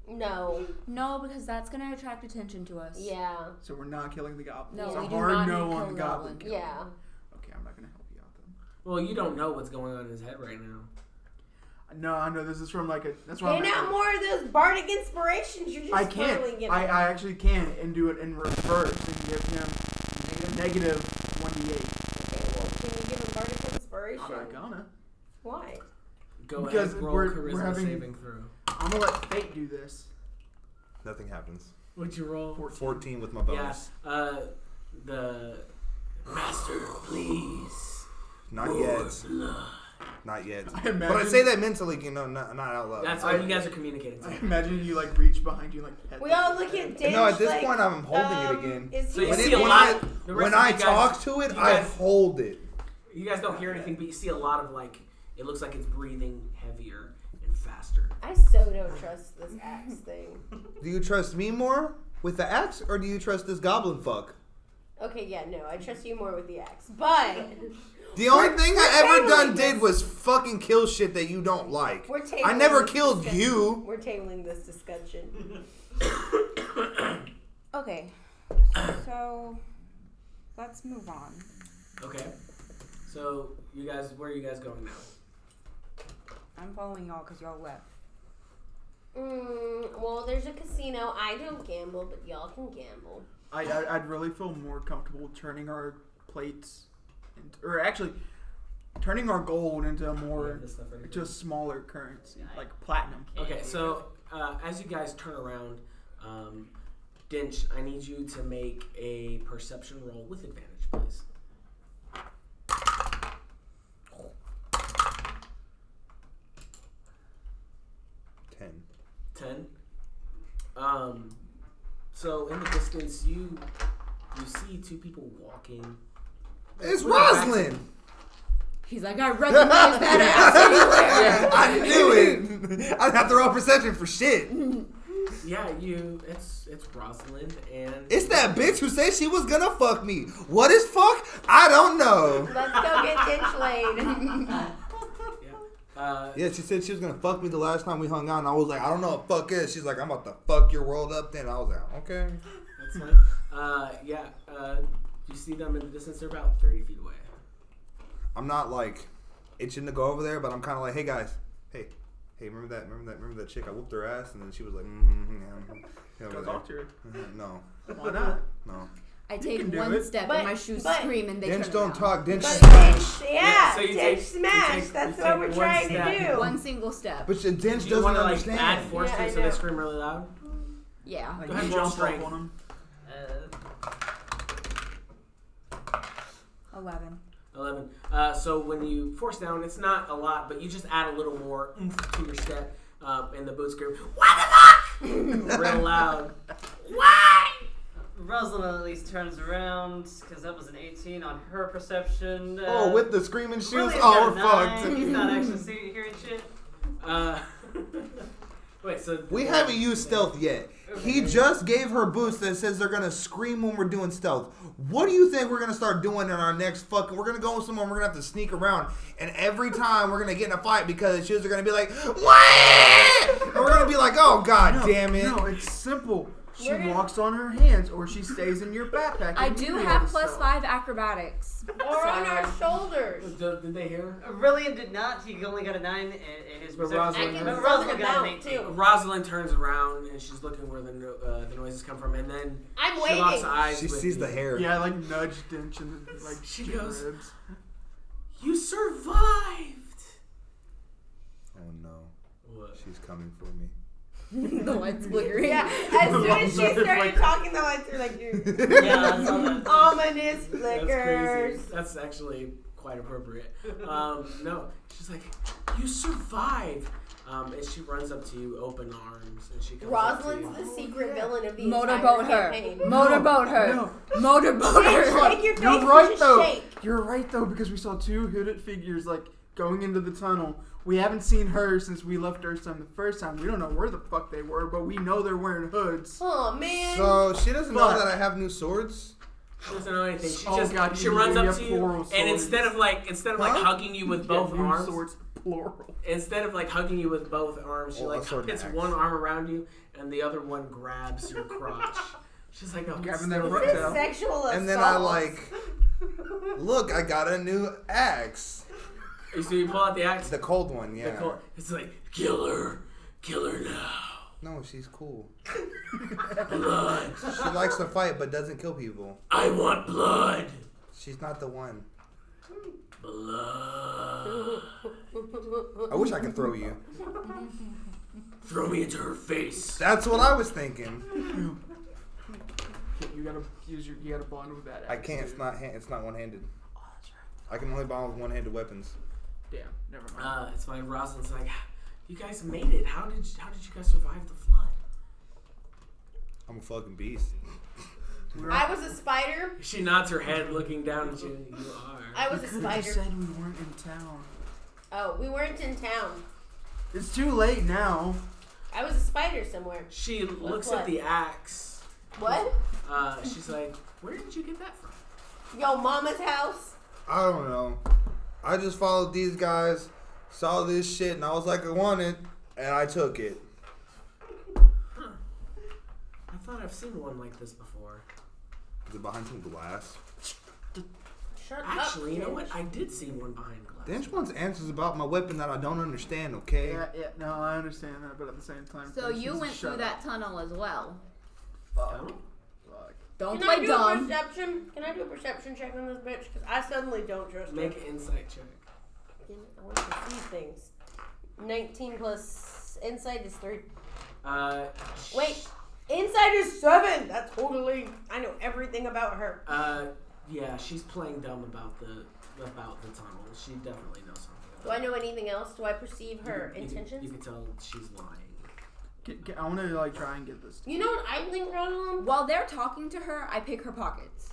No. no, because that's gonna attract attention to us. Yeah. So we're not killing the goblin. No, it's we a do hard not no need to on kill the the goblin. goblin. kill. Yeah. Okay, I'm not gonna help you out then. Well, you don't know what's going on in his head right now. No, I know this is from like a. That's why Hand I'm. out more of those bardic inspirations you're just I can't. getting. I, I actually can and do it in reverse and give him negative one d eight. Okay, well, can you give him bardic inspiration? I'm not gonna. Why? Go Because ahead, roll we're- charisma we're having- saving throw. I'm gonna let fate do this. Nothing happens. What'd you roll? Fourteen with my Yeah. bonus. Uh, the master, please. Not yet. Not yet. I But I imagine- say that mentally, you know, not, not out loud. That's I- why you guys are communicating. I To. imagine you like reach behind you like. pet We the- all look at Dinch, no, at this like, point, I'm holding um, it again. Is So he you When see it- a when lot. it- the When rest of I you guys- talk to it, you I guys- hold it. You guys don't hear anything, but you see a lot of like. It looks like it's breathing heavier and faster. I so don't trust this axe thing. Do you trust me more with the axe, or do you trust this goblin fuck? Okay, yeah, no, I trust you more with the axe. But The only We're- thing we're I ever tabling done this. did was fucking kill shit that you don't like. we're tabling I never this killed discussion. you. We're tabling this discussion. Okay. So let's move on. Okay. So you guys, where are you guys going now? I'm following y'all because y'all left. Mm, well, there's a casino. I don't gamble, but y'all can gamble. I, I I'd really feel more comfortable turning our plates, into, or actually, turning our gold into a more This stuff right to a smaller currency like platinum. Okay, so uh, as you guys turn around, um, Dinch, I need you to make a perception roll with advantage, please. Ten. Ten. Um, so in the distance, you you see two people walking. It's We're back- Roslyn. He's like, I recognize that I knew it. I'd have to roll perception for shit. Yeah, you. It's it's Rosalind and It's that bitch who said she was gonna fuck me. What is fuck? I don't know. Let's go get ditch laid. Uh, Yeah, she said she was gonna fuck me the last time we hung out, and I was like, I don't know what fuck is. She's like, I'm about to fuck your world up. Then I was like, okay. that's fine. Uh, yeah. Uh, you see them in the distance. They're about thirty feet away. I'm not like itching to go over there, but I'm kind of like, hey guys, hey, hey, remember that? Remember that? Remember that chick? I whooped her ass, and then she was like, mm-hmm, yeah, yeah, Go over talk to there. her. Mhm, no, Why not? no. I can take do one it. step But- and my shoes but- scream and they Dinch turn don't talk. around. Dinch But smash. ditch, yeah, Yeah, so you ditch take- smash. you take- That's you what take we're one trying step. to do. One single step. But your Dinch Do you doesn't want to like understand. add force Yeah, to I it so they know. scream really loud? yeah. Like Go ahead, you roll jump strength. up on him. Uh, Eleven. 11. Uh, so when you force down, it's not a lot, but you just add a little more oomph to your step, um, and the boots scream, What the fuck? Real loud. Why? Rosalind at least turns around because that was an 18 on her perception. Uh, Oh, with the screaming shoes. William's oh, got we're a nine. He's fucked. not actually see- hearing shit. Uh, wait, so. We haven't used stealth yet. He just gave her boots that says they're gonna scream when we're doing stealth. What do you think we're gonna start doing in our next fucking? We're gonna go somewhere. and We're gonna have to sneak around, and every time we're gonna get in a fight because the shoes are gonna be like, what? And we're gonna be like, oh god No, damn it. No, it's simple. She We're gonna- walks on her hands, or she stays in your backpack. I and you do all have this plus stuff. five acrobatics. Or on so- our shoulders. Did, did they hear? Aurelian did not. He only got a 9 in, in his But perception. Rosalind I can but has- Rosalind still got an count, 18. too. Rosalind turns around and she's looking where the, no- uh, the noises come from, and then I'm she locks waiting. eyes. She with sees you. the hair. Yeah, I like nudged Dinch and like She chicken goes- ribs. You survived! Oh no, What? she's coming for me. the lights flickering. Yeah, as soon as she started talking, the lights were like, you Yeah, I saw that. ominous That's crazy. flickers. That's actually quite appropriate. Um, no, she's like, you survived. Um, and she runs up to you, open arms, and she comes up Rosalind's to the secret villain of the Motorboat entire her. campaign. Motorboat her. No. Motorboat her. Shake your face You're and right just though. shake. You're right though because we saw two hooded figures like going into the tunnel. We haven't seen her since we left Earthstone the first time. We don't know where the fuck they were, but we know they're wearing hoods. Oh man. So she doesn't know Fuck. that I have new swords. you. She doesn't know anything. She Oh, just God, she you runs do. You up have to you, plural and swords. instead of like instead of like Huh? hugging you with both Yeah, arms, Swords, plural. instead of like hugging you with both arms, she Oh, like that's so puts nice. one arm around you and the other one grabs your crotch. She's like, "Oh, no, Grabbing that stop. rope This is down. sexual assault. And then I like, look, I got a new axe. So you pull out the axe. The cold one, yeah. the col- It's like, kill her, kill her now. No, she's cool. she likes to fight but doesn't kill people. I want blood. She's not the one. Blood. I wish I could throw you. Throw me into her face. That's what I was thinking. Yeah, You gotta use your. You gotta bond with that. I can't. axe, It's dude. not. Hand, it's not one-handed. I can only bond with one-handed weapons. Damn. Never mind. Uh, it's my Rosalind's like, you guys made it. How did how did you guys survive the flood? I'm a fucking beast. I was a spider. She nods her head, looking down at you. You are. I was a Could have spider. said we weren't in town. Oh, we weren't in town. It's too late now. I was a spider somewhere. She looks at what? the axe. What? Uh, she's like, where did you get that from? Yo, mama's house. I don't know. I just followed these guys, saw this shit, and I was like, I want it, and I took it. I thought I've seen one like this before. Is it behind some glass? Shut Actually, you know what? bitch. I did see one behind glass. Dench wants answers about my weapon that I don't understand, okay? Yeah, yeah, no, I understand that, but at the same time, So Vincent's you just went shut through up. that tunnel as well. Don't? Fuck. Don't Can I play do a dumb. perception? Can I do a perception check on this bitch? Because I suddenly don't trust Make her. an insight check. Damn it, I want to see things. 19 plus insight is 3. Uh, Wait, insight is 7. That's totally. I know everything about her. Uh, yeah, she's playing dumb about the about the tunnel. She definitely knows something. Do I know anything else? Do I perceive her you, intentions? You can tell she's lying. Get, get, I want to like try and get this. You know what I think, Ronald? While they're talking to her, I pick her pockets.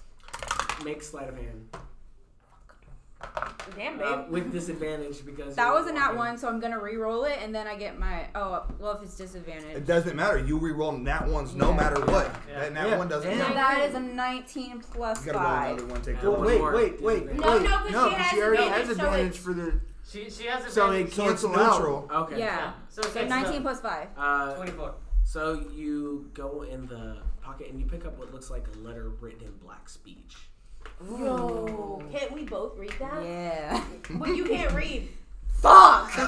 Make sleight of hand Damn, babe. uh, with disadvantage because That you're was an at walking. one, so I'm gonna re-roll it, and then I get my oh well if it's disadvantage. It doesn't matter. You re-roll that one's no Yeah. matter what. Yeah. That, that Yeah. one doesn't Yeah. So count. that is a 19 plus You gotta roll five. another one. Take Yeah. that Well, one. wait, more wait, wait, disadvantage. wait. No, no, 'cause no, she 'cause has she already advantage, so has advantage it's- for the. She she has So it advantage. So it's cancel out. neutral. Okay. Yeah. So it's So 19 plus five. Uh, Twenty four. so you go in the pocket and you pick up what looks like a letter written in black speech. Yo, can't we both read that? Yeah. But you can't read. Fuck. I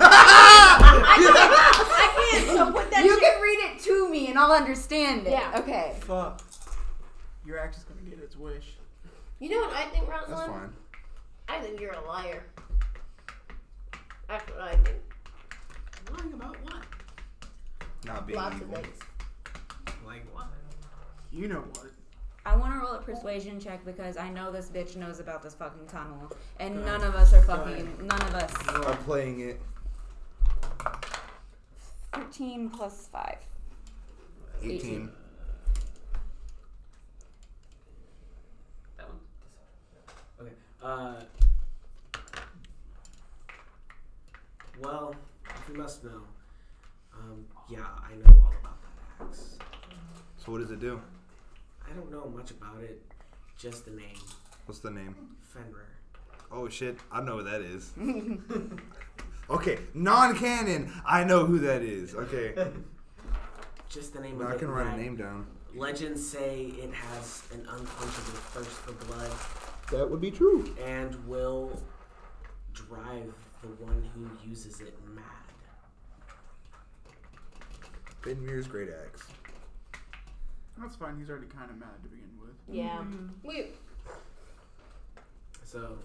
can't. So put that. you shit. can read it to me, and I'll understand it. Yeah. Okay. Fuck. Your axe is gonna get its wish. You know what I think, That's Rosalind? fine. I think you're a liar. That's what I think. Lying about what? Not being Lots of evil. things. Like what? You know what? I want to roll a persuasion check because I know this bitch knows about this fucking tunnel, and Go none ahead. of us are Go fucking. None of us. I'm playing it. 13 plus five. 18. Eighteen. That one. Okay. Uh, well, if you must know, um, yeah, I know all about that axe. So what does it do? I don't know much about it, just the name What's the name? Fenrir. Oh shit, I know what that is. okay, non-canon. I know who that is. Okay, Just the name now of I it. can write a Right. name down. Legends say it has an unquenchable thirst for blood That would be true. and will drive the one who uses it mad. Ben Muir's great axe. That's fine. He's already kind of mad to begin with. Yeah. We. So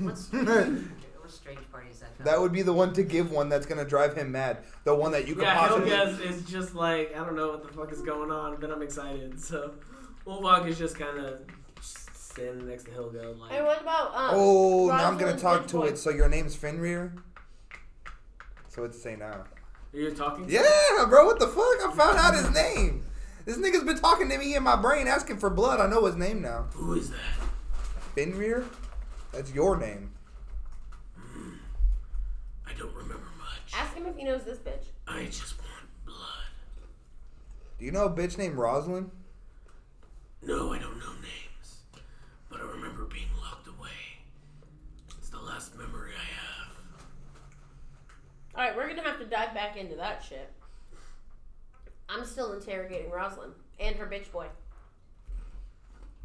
What strange, what strange party is that? That would be the one to give one that's gonna drive him mad. The one that you could yeah, possibly. Helga's is just like I don't know what the fuck is going on, but I'm excited. So Wolfog is just kind of standing next to Helga, like And what about um? Oh, now I'm gonna Rosalind's talk good to boy? it. So your name's Fenrir. So it's say now. you're talking. to- Yeah, bro. What the fuck? I found out his name. This nigga's been talking to me in my brain, asking for blood. I know his name now. Who is that? Fenrir. That's your name. I don't remember much. Ask him if he knows this bitch. I just want blood. Do you know a bitch named Rosalind? No, I don't know names, but I remember being locked away. It's the last memory I have. All right, we're gonna have to dive back into that shit. I'm still interrogating Rosalind and her bitch boy.